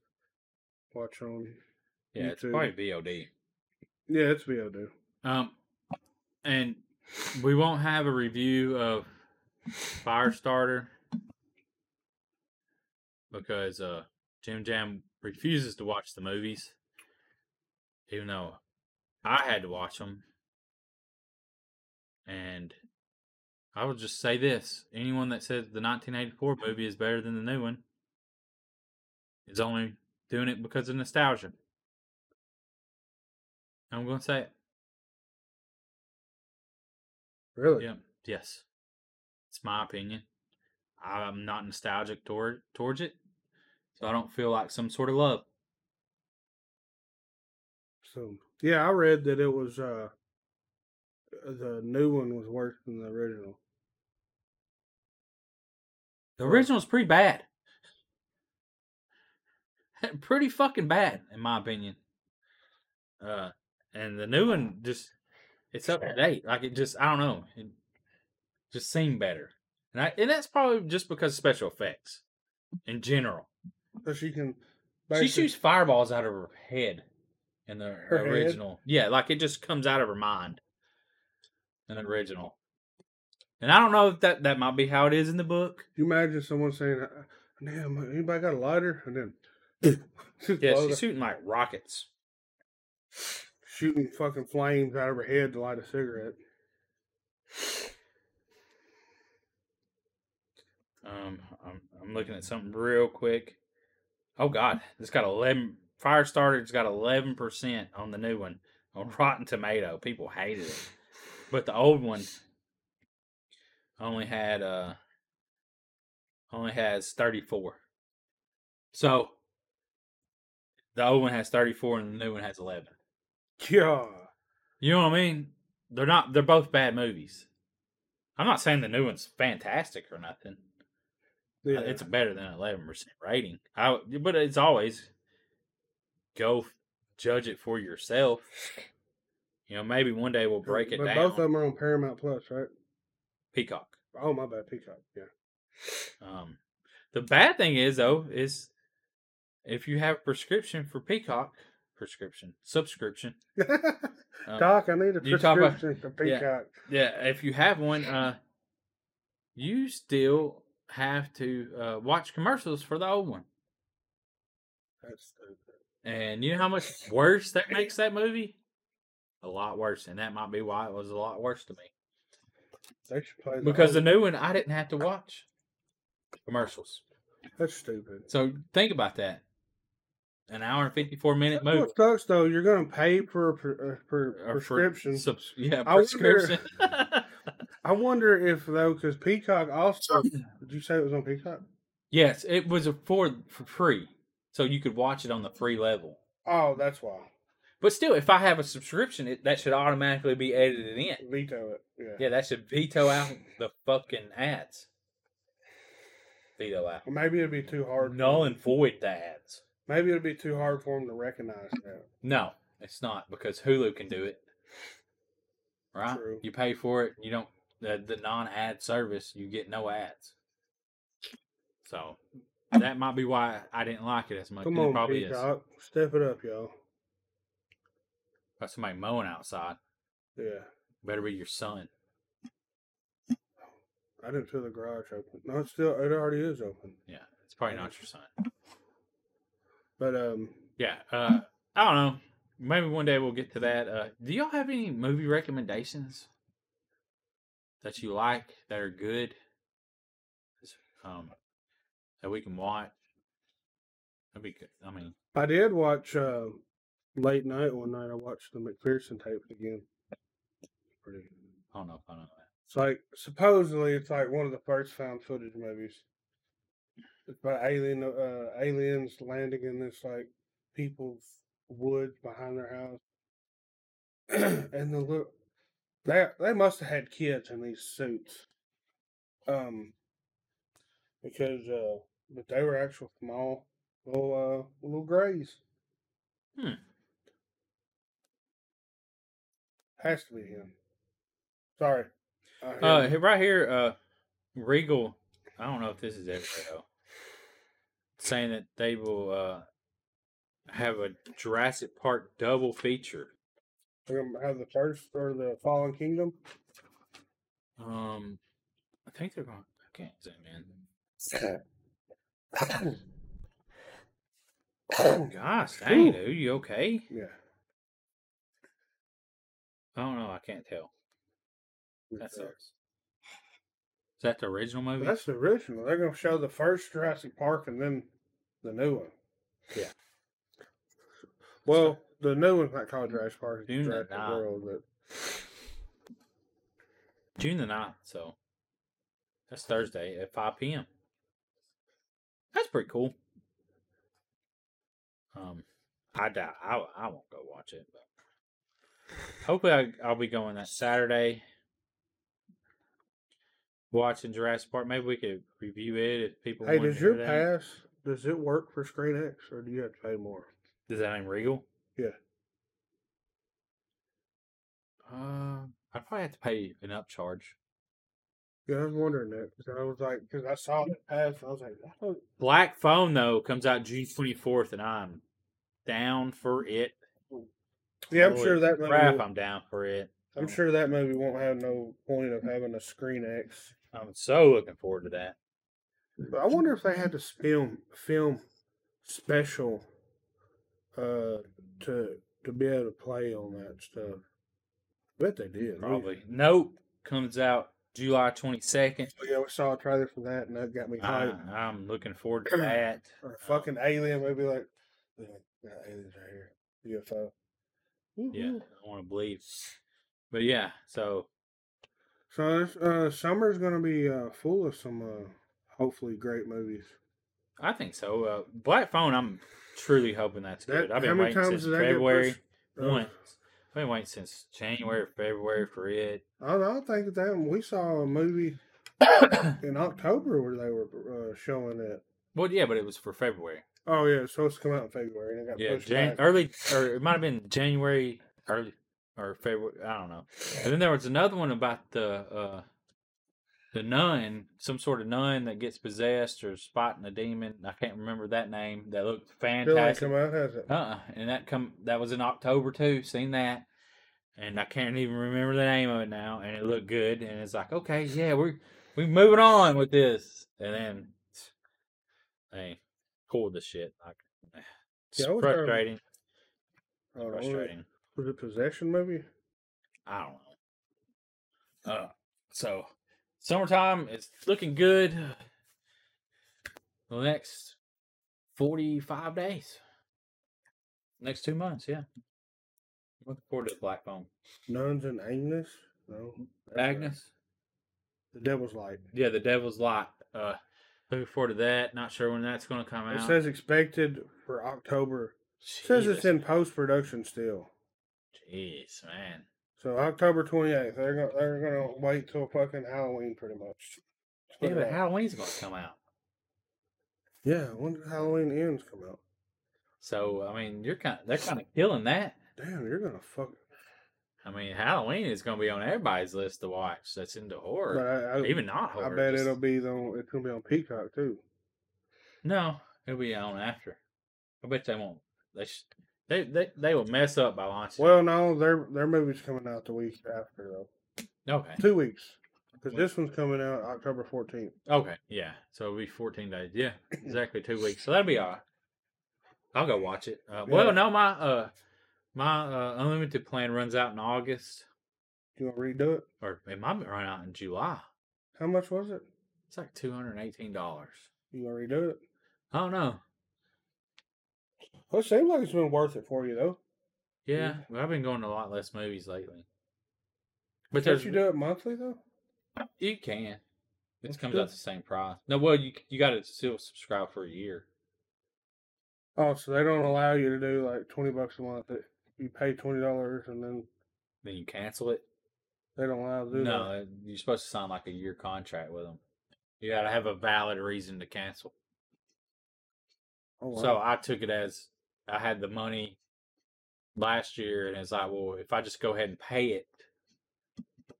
watch on. Yeah, it's YouTube. probably VOD. Yeah, it's VOD. Um, and we won't have a review of Firestarter because uh, Jim Jam refuses to watch the movies, even though I had to watch them. And I will just say this: anyone that says the 1984 movie is better than the new one is only doing it because of nostalgia. I'm going to say it. Really? Yeah. Yes. It's my opinion. I'm not nostalgic toward towards it, so I don't feel like some sort of love. So yeah, I read that it was uh the new one was worse than the original. The original's pretty bad. pretty fucking bad, in my opinion. Uh, and the new one just it's up to date. Like it just I don't know, it just seemed better. And I and that's probably just because of special effects in general. So she can She shoots fireballs out of her head in the Her head? original. Yeah, like it just comes out of her mind in the original. And I don't know if that that might be how it is in the book. you imagine someone saying, uh, "Damn, anybody got a lighter?" And then just Yeah, blow she's the- shooting like rockets. shooting fucking flames out of her head to light a cigarette. Um, I'm I'm looking at something real quick. Oh God, it's got eleven. Firestarter's got eleven percent on the new one on Rotten Tomato. People hated it, but the old one only had uh only has thirty four. So the old one has thirty four and the new one has eleven. Yeah, Uh, You know what I mean? They're not. They're both bad movies. I'm not saying the new one's fantastic or nothing. yeah. Uh, It's better than eleven percent rating. I, w- but it's always go f- judge it for yourself. You know, maybe one day we'll break it But down. Both of them are on Paramount Plus, right? Peacock. Oh my bad, Peacock. Yeah, Um, the bad thing is though is if you have a prescription for Peacock, prescription subscription. um, Doc, I need a you talk about- prescription for yeah. Peacock. Yeah, if you have one, uh, you still have to uh, watch commercials for the old one. That's stupid. And you know how much worse that makes that movie? A lot worse, and that might be why it was a lot worse to me. They should play the Because the whole- new one, I didn't have to watch commercials. that's stupid. So think about that. An hour and fifty-four minute That's movie, What sucks though, you're gonna pay for a per, a per, Or Uh, for prescription. subs- yeah, I wonder- prescription. I wonder if though, because Peacock also did you say it was on Peacock? yes, it was a for for free, so you could watch it on the free level. Oh, that's why. But still, if I have a subscription, it, that should automatically be edited in. Veto it. Yeah. Yeah, that should veto out the fucking ads. Veto out. Or Maybe it'd be too hard. Null and void the ads. Maybe it'd be too hard for them to recognize that. No, it's not because Hulu can do it. Right? True. You pay for it. You don't the, the non-ad service. You get no ads. So that might be why I didn't like it as much. Come and it on, probably is. Peacock, step it up, y'all. Got somebody mowing outside. Yeah, Better be your son. I didn't feel the garage open. No, it's still it already is open. Yeah, it's probably not your son. But um, Yeah. Uh, I don't know. Maybe one day we'll get to that. Uh, do y'all have any movie recommendations that you like that are good? Um, that we can watch. That'd be good. I mean, I did watch uh, late night one night. I watched the McPherson tapes again. Pretty. I don't know if I know that. It's like supposedly it's like one of the first found footage movies. It's about alien uh, aliens landing in this like people's woods behind their house, and the look they they must have had kids in these suits, um, because uh, but they were actual small little uh little grays. Hmm. Has to be him. Sorry. I Uh, hear- he- right here, uh, Regal. I don't know if this is it though. saying that they will uh, have a Jurassic Park double feature. We're gonna have the first or the Fallen Kingdom. Um, I think they're going. I can't say, man. Gosh, dang, dude, you okay? Yeah. I don't know. I can't tell. That uh, sucks. Is that the original movie? That's the original. They're gonna show the first Jurassic Park and then the new one. Yeah. Well, the new one's not called Jurassic Park. It's Dune the Jurassic Nile. World, but June the 9th, so that's Thursday at 5 p.m. That's pretty cool. Um, I doubt I, I won't go watch it, but hopefully I, I'll be going that Saturday. Watching Jurassic Park, maybe we could review it if people. hey, wanted does to hear your that. uh, pass does it work for Screen X or do you have to pay more? Does that name Regal? Yeah. Uh, I'd probably have to pay an upcharge. Yeah, I was wondering that because I was like, because I saw it pass, I was like, I don't, Black Phone though comes out June twenty fourth, and I'm down for it. yeah, I'm Holy sure that movie, crap. will- I'm down for it. I'm sure that movie won't have no point of having a Screen X. I'm so looking forward to that. But I wonder if they had to film film special uh to to be able to play on that stuff. bet they did. Probably. Nope comes out July twenty second. We, Oh, yeah, we saw a trailer for that, and that got me hyped. I'm looking forward to that. or a fucking alien, maybe like, yeah, got aliens right here, UFO. Yeah, Woo-hoo. I want to believe. But yeah, so So this, uh, summer's gonna be uh, full of some uh, hopefully great movies. I think so. Uh, Black Phone. I'm truly hoping that's good. That- I've how been many waiting times since did that get February. pushed? Uh, Once. I've been waiting since January, February for it. I don't, I don't think that we saw a movie in October where they were uh, showing it. Well, yeah, but it was for February. Oh yeah, it's supposed to come out in February and it got Yeah, pushed Jan- back. early, or it might have been January, early, or February. I don't know. And then there was another one about the uh, the nun, some sort of nun that gets possessed or spotting a demon. I can't remember that name. That looked Still ain't fantastic. come out, has it? Uh, uh and that come that was in October too. Seen that, and I can't even remember the name of it now. And it looked good, and it's like, okay, yeah, we're we moving on with this. And then they pulled the shit. Like, it's Yeah, I was trying to- frustrating, I don't know, was it- frustrating. Was it possession movie? I don't know. Uh, so summertime is looking good. uh, The next forty-five days, next two months, yeah. Looking forward to the Black Phone. Nuns and Agnes? No. that's not- Agnes, The Devil's Light. yeah, The Devil's Lot. Uh, looking forward to that. Not sure when that's going to come out. It says expected for October. It says it's Jesus. in post production still. Jeez, man. So October twenty eighth. They're gonna they're gonna wait till fucking Halloween pretty much. That's what Yeah, but it- Halloween's going to come out. Yeah, when did Halloween ends come out? So I mean, you're kind. They're kind of killing that. Damn, you're gonna fuck. I mean, Halloween is going to be on everybody's list to watch. That's into horror. But I, I, even not I horror. bet just- it'll be on. It's gonna be on Peacock too. no, it'll be on after. I bet they won't. They sh- they, they they will mess up by launching. Well, no, their their movie's coming out the week after though. okay, Two weeks, because this one's coming out October fourteenth. okay, yeah. So it'll be fourteen days. Yeah, exactly two weeks. So that'll be all right. I'll go watch it. Uh, Yeah. well, no, my uh my uh, unlimited plan runs out in August, You want to redo it? or it might run out in July. How much was it? It's like two hundred eighteen dollars. You want to redo it? I don't know. Well, it seems like it's been worth it for you though. Yeah, but I've been going to a lot less movies lately. But Can't there's you do it monthly though? You can. It Let's comes do out it. the same price. No, well, you you got to still subscribe for a year. Oh, so they don't allow you to do like twenty bucks a month. It- You pay twenty dollars and then Then you cancel it. they don't allow you to do that. No, you're supposed to sign like a year contract with them. You got to have a valid reason to cancel. Oh, So wow. I took it as I had the money last year, and it's like, well, if I just go ahead and pay it,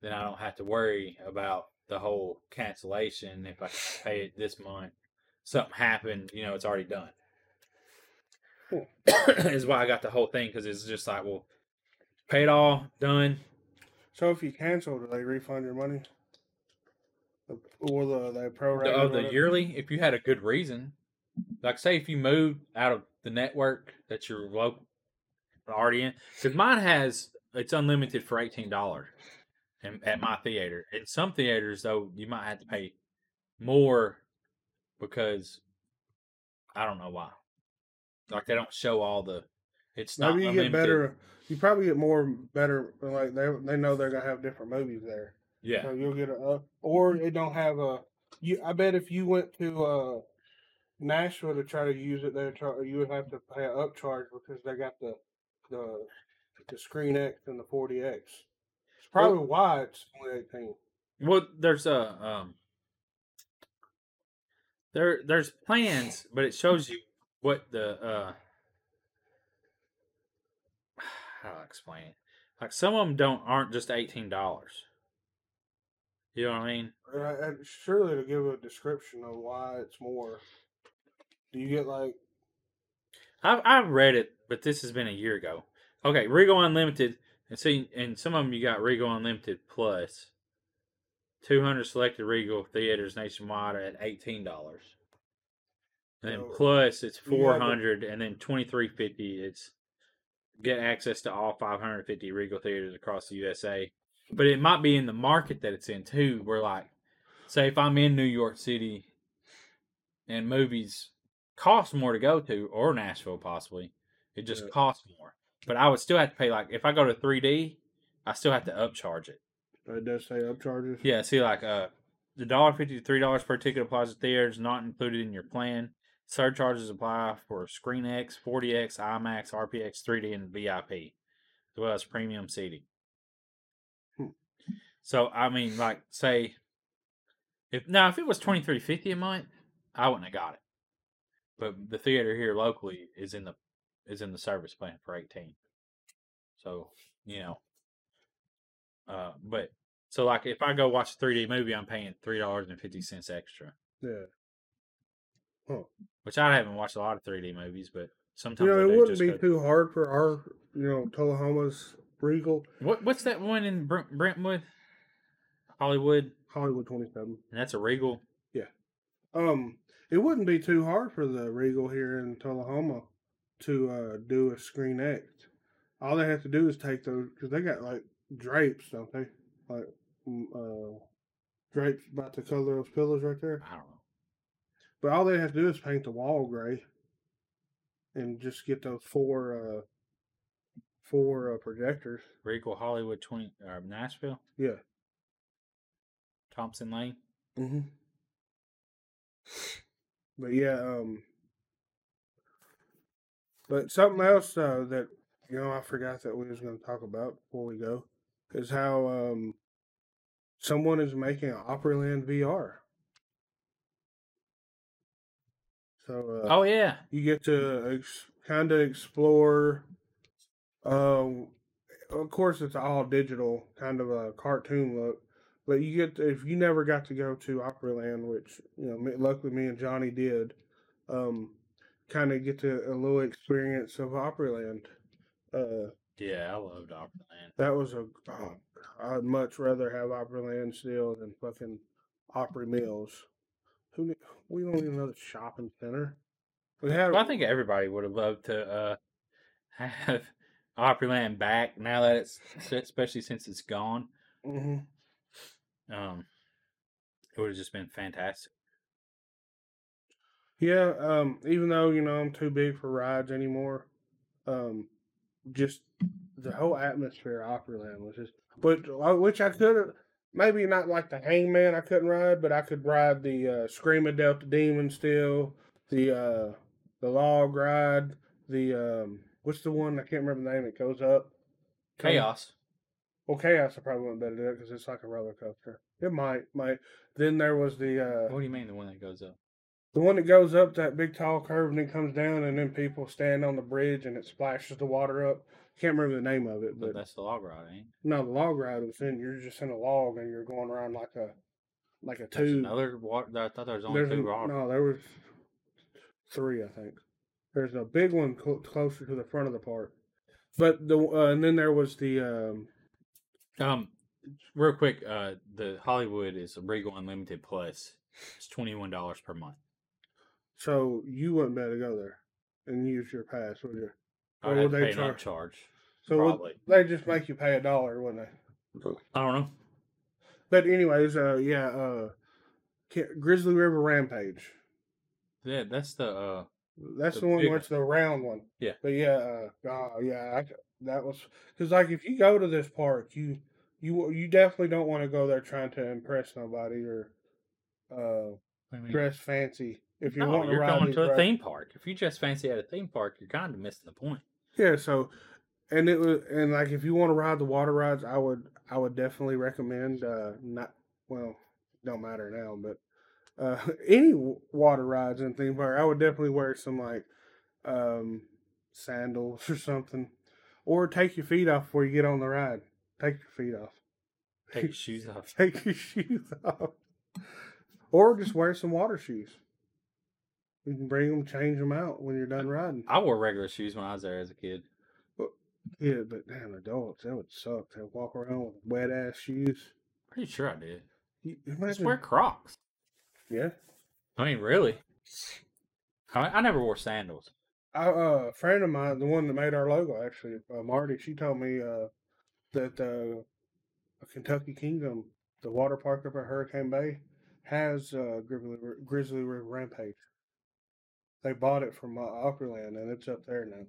then I don't have to worry about the whole cancellation if I pay it this month. something happened, you know, it's already done. Cool. is why I got the whole thing because it's just like, well, pay it all, done. So if you cancel, do they refund your money? Or the they prorate it Oh, The, of or the whatever? yearly, if you had a good reason, like say if you moved out of the network that you're local already in, because mine has it's unlimited for eighteen dollars, at my theater. In some theaters, though, you might have to pay more because I don't know why. Like they don't show all the. It's not Maybe you unlimited. get better. You probably get more better. Like they they know they're gonna have different movies there, Yeah. so you'll get a up- or it don't have a. You, I bet if you went to uh, Nashville to try to use it, there you would have to pay an upcharge because they got the the the Screen X and the 40X. It's probably why it's only 18. Well, there's a um, there there's plans, but it shows you what the uh, how do I explain it? Like some of them don't aren't just eighteen dollars. You know what I mean? And I- and surely to give a description of why it's more. Do you get like I've I've read it, but this has been a year ago. Okay, Regal Unlimited, and see, and some of them you got Regal Unlimited Plus, two hundred selected Regal theaters nationwide at eighteen dollars, and then So, plus it's you got four the- hundred, and then twenty three fifty. It's get access to all five hundred fifty Regal theaters across the USA, but it might be in the market that it's in too. Where like, say if I'm in New York City, and movies cost more to go to, or Nashville possibly. It just Yeah. costs more. But I would still have to pay like if I go to 3D, I still have to upcharge it. Uh, it does say upcharges? Yeah, see like uh the dollar fifty to three dollars per ticket applies to theaters not included in your plan. Surcharges apply for Screen X, 40X, IMAX, RPX, 3D, and VIP, as well as premium seating. Hmm. So I mean, like, say if now if it was twenty three fifty a month, I wouldn't have got it. But the theater here locally is in the is in the service plan for eighteen. So you know, uh, but so like if I go watch a three D movie, I'm paying three dollars and fifty cents extra, Yeah. which I haven't watched a lot of three D movies, but sometimes You know, I it do wouldn't just be go- too hard for our, you know, Tullahoma's Regal What what's that one in Brent, Brentwood, Hollywood? Hollywood 27. And that's a Regal. Um, it wouldn't be too hard for the Regal here in Tullahoma to uh, do a screen act. All they have to do is take those because they got like drapes, don't they? Like mm, uh, drapes about the color of those pillows right there. I don't know. But all they have to do is paint the wall gray, and just get those four uh, four uh, projectors. Regal Hollywood twenty uh, Nashville. Yeah. Thompson Lane. Mm-hmm. But yeah, um, but something else uh, that you know I forgot that we was going to talk about before we go is how um someone is making Opryland VR. So uh, Oh yeah. you get to ex- kind of explore. Um, of course, it's all digital, kind of a cartoon look. But you get to, if you never got to go to Opryland, which you know, me- luckily me and Johnny did, um, kind of get to a little experience of Opryland. Uh, Yeah, I loved Opryland. that was a. Oh, I'd much rather have Opryland still than fucking Opry Mills. Who ne- we don't need another shopping center. We had. Well, I think everybody would have loved to uh, have Opryland back now that it's especially since it's gone. Mhm. Um, it would have just been fantastic. Yeah, um, even though, you know, I'm too big for rides anymore, um, just the whole atmosphere of Opryland was just, but I- which I could have, maybe not like the Hangman I couldn't ride, but I could ride the uh, Screaming Delta Demon still, the uh, the Log Ride, the um, what's the one I can't remember the name. It goes up. Come- Chaos. Well, Chaos I probably wouldn't better do it because it's like a roller coaster. It might, might. Then there was the uh, What do you mean the one that goes up? the one that goes up that big tall curve and then comes down, and then people stand on the bridge and it splashes the water up. Can't remember the name of it, But but that's the log rod, ain't? no, the log ride was in. You're just in a log and you're going around like a like a There's tube. Another water. I thought there was only There's two a- rods. no, there was three, I think. There's a big one cl- closer to the front of the park, but the uh, and then there was the um, Um, real quick, uh, the Hollywood is Regal Unlimited Plus. It's twenty one dollars per month. so you wouldn't be able to go there and use your pass, would you? I Or had would to they pay an charge- upcharge. So probably. would, they just make you pay a dollar, wouldn't they? I don't know. But anyways, uh, yeah, uh, Ca- Grizzly River Rampage. Yeah, that's the uh, That's The the, one big where it's the round one. Yeah. But yeah, uh, oh, yeah, I, c- that was because like if you go to this park, you you you definitely don't want to go there trying to impress nobody or uh, I mean, dress fancy. If you no, want to you're ride going these to a rides- theme park. If you just fancy at a theme park, you're kind of missing the point. yeah. So, and it was and like if you want to ride the water rides, I would I would definitely recommend uh not well don't matter now, but uh any w- water rides and theme park, I would definitely wear some like um sandals or something, or take your feet off before you get on the ride. Take your feet off. Take your shoes off. Take your shoes off, or just wear some water shoes. You can bring them, change them out when you're done riding. I wore regular shoes when I was there as a kid. Yeah, but damn, adults, that would suck to walk around with wet ass shoes. Pretty sure I did. You- Just Imagine, wear Crocs. yeah. I mean, really. I, I never wore sandals. I, uh, a friend of mine, the one that made our logo, actually, uh, Marty, she told me uh, that the uh, Kentucky Kingdom, the water park up at Hurricane Bay, has uh, Grizzly, Ri- Grizzly River Rampage. They bought it from uh, Opryland, and it's up there now.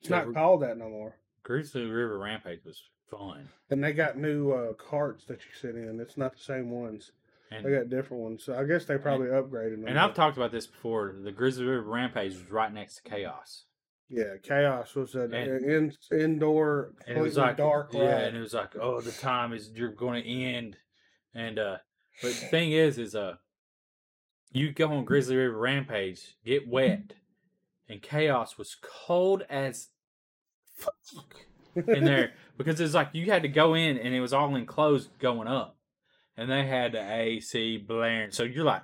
It's Yeah, not we're- called that no more. Grizzly River Rampage was fun. And they got new uh, carts that you sit in. It's not the same ones. And They got different ones. So I guess they probably upgraded them. And I've but- talked about this before. The Grizzly River Rampage was right next to Chaos. Yeah, chaos was an And- in, indoor, And it was completely like dark Yeah, ride. and it was like, oh, the time is you're gonna end. And uh but the thing is is uh you go on Grizzly River Rampage, get wet, and Chaos was cold as fuck in there because it's like you had to go in and it was all enclosed going up. And they had the AC blaring. So you're like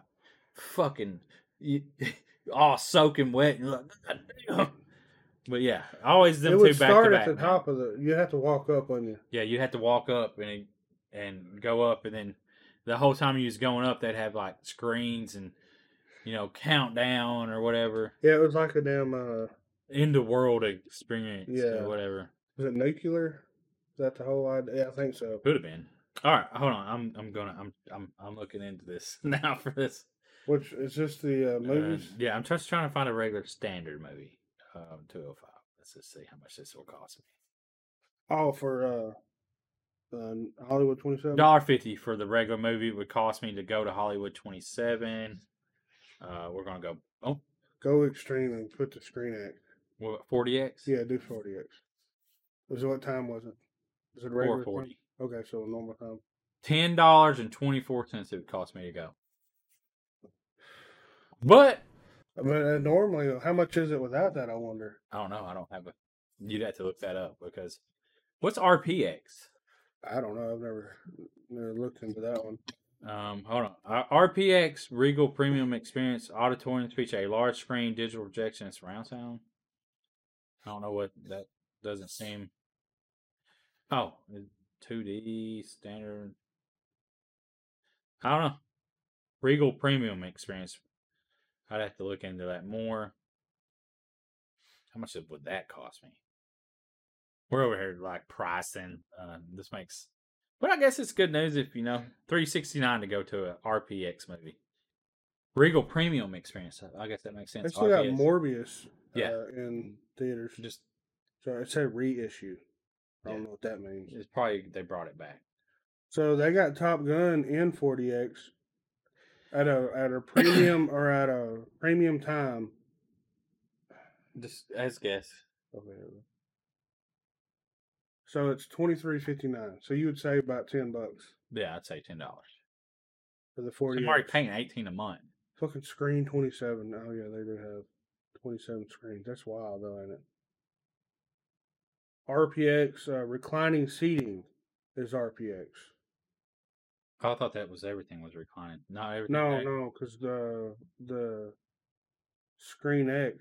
fucking you, all soaking wet and you're like "God damn." But yeah, always them It two would back to start at back. the man. top of the. You have to walk up on you. Yeah, you'd have to walk up and and go up, and then the whole time you was going up, they'd have like screens and you know countdown or whatever Yeah, it was like a damn. Uh, in the world experience Yeah. or whatever was it nuclear? Is that the whole idea? Yeah, I think so. could have been. All right, hold on. I'm I'm gonna I'm I'm I'm looking into this now for this. Which is just the uh, Uh, movies. yeah, I'm just trying to find a regular standard movie. Um, two oh five. Let's just see how much this will cost me. oh, for uh, uh, Hollywood twenty seven. Dollar fifty for the regular movie would cost me to go to Hollywood twenty seven. Uh, we're gonna go. Oh, Go extreme and put the screen act. What, 40x? Yeah, do forty x. Was it what time was it? Was it regular? time? 440. Okay, so normal time. Ten dollars and twenty four cents it would cost me to go. But I mean, uh, normally, how much is it without that? I wonder. I don't know. I don't have a. You'd have to look that up because what's RPX? I don't know. I've never, never looked into that one. Um, hold on. Uh, RPX Regal Premium Experience Auditoriums feature a large screen, digital projection, and surround sound. I don't know what that doesn't seem. Oh, 2D standard. I don't know. Regal Premium Experience. I'd have to look into that more. How much would that cost me? We're over here like pricing. Uh, this makes, but I guess it's good news if you know three sixty nine to go to a RPX movie. Regal Premium Experience. I- I guess that makes They sense. still got RPX. Morbius. Yeah. Mm-hmm. Uh, in theaters. Just So it's a reissue. I don't Yeah. know what that means. it's probably they brought it back. So they got Top Gun in 40x at a at a premium or at a premium time. Just as guess. So it's twenty three fifty nine. So you would save about ten bucks Yeah, I'd say ten dollars. for the I'm 40. already paying eighteen a month. Fucking screen twenty seven. Oh yeah, they do have twenty seven screens. That's wild though, ain't it? RPX uh, reclining seating is RPX. Oh, I eh, thought that was everything was reclining. Not everything. No, right? no, because the the Screen X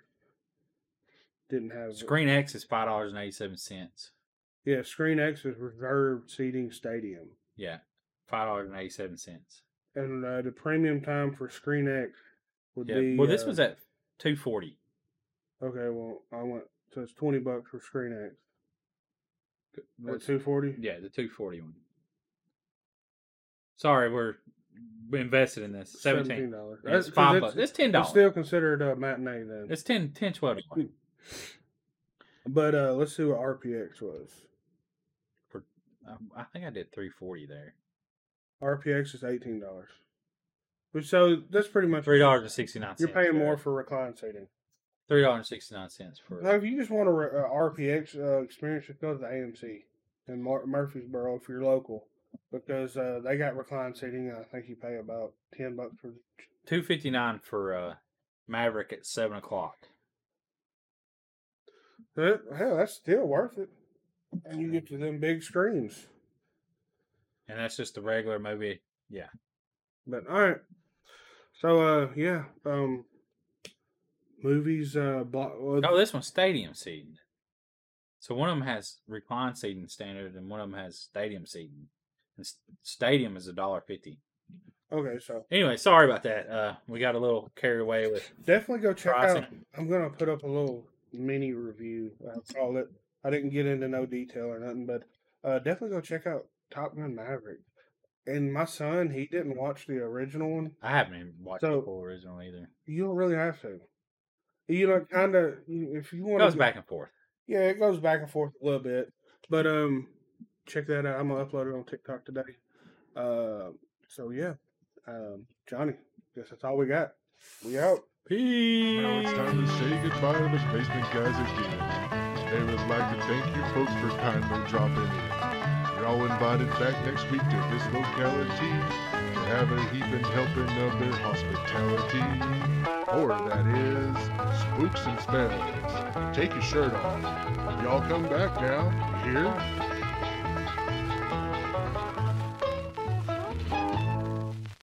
didn't have Screen X is five dollars and eighty seven cents. Yeah, Screen X is reserved seating stadium, Yeah, five dollars and eighty seven cents. and uh, the premium time for Screen X would Yeah. be. well, this uh, was at two forty. okay. Well, I went so it's twenty bucks for Screen X. At two forty. Yeah, the two forty one. Sorry, we're we invested in this. Seventeen. dollars. It's five bucks. It's ten It's dollars. still considered a matinee then. It's ten, ten, twelve dollars. but uh, let's see what RPX was. Um, I think I did three forty there. RPX is eighteen dollars. Which so that's pretty much Three dollars and sixty nine. You're paying more for recline seating. three dollars and sixty nine cents for. Now, if you just want a, re- a RPX uh, experience, just go to the AMC in Mar- Murfreesboro if you're local, because uh, they got recline seating. and I think you pay about ten bucks for. two fifty nine for uh, Maverick at seven o'clock. That, hell, that's still worth it, and you get to them big screens. And that's just the regular movie. But all right, so uh, yeah, um, movies. Uh, block, well, No, Oh, this one's stadium seating. So one of them has recline seating standard, and one of them has stadium seating. And s- stadium is a dollar fifty. okay, so Anyway, sorry about that. Uh, we got a little carried away with definitely go check out. pricing. I'm gonna put up a little mini review. I'll call it. I didn't get into no detail or nothing, but uh, definitely go check out Top Gun Maverick. And my son, he didn't watch the original one. I haven't even watched So- the full original either. You don't really have to. You know, kind of. If you It want goes back and forth. yeah, it goes back and forth a little bit. But um, check that out. I'm gonna upload it on TikTok today. Uh, so yeah, um, Johnny, guess that's all we got. We out. Now it's time to say goodbye to the basement guys again. They would like to thank you folks for kindly dropping in. You're all invited back next week to this locality to have a heaping helping of their hospitality. Or that is, spooks and spells. Take your shirt off. Y'all come back now. You hear?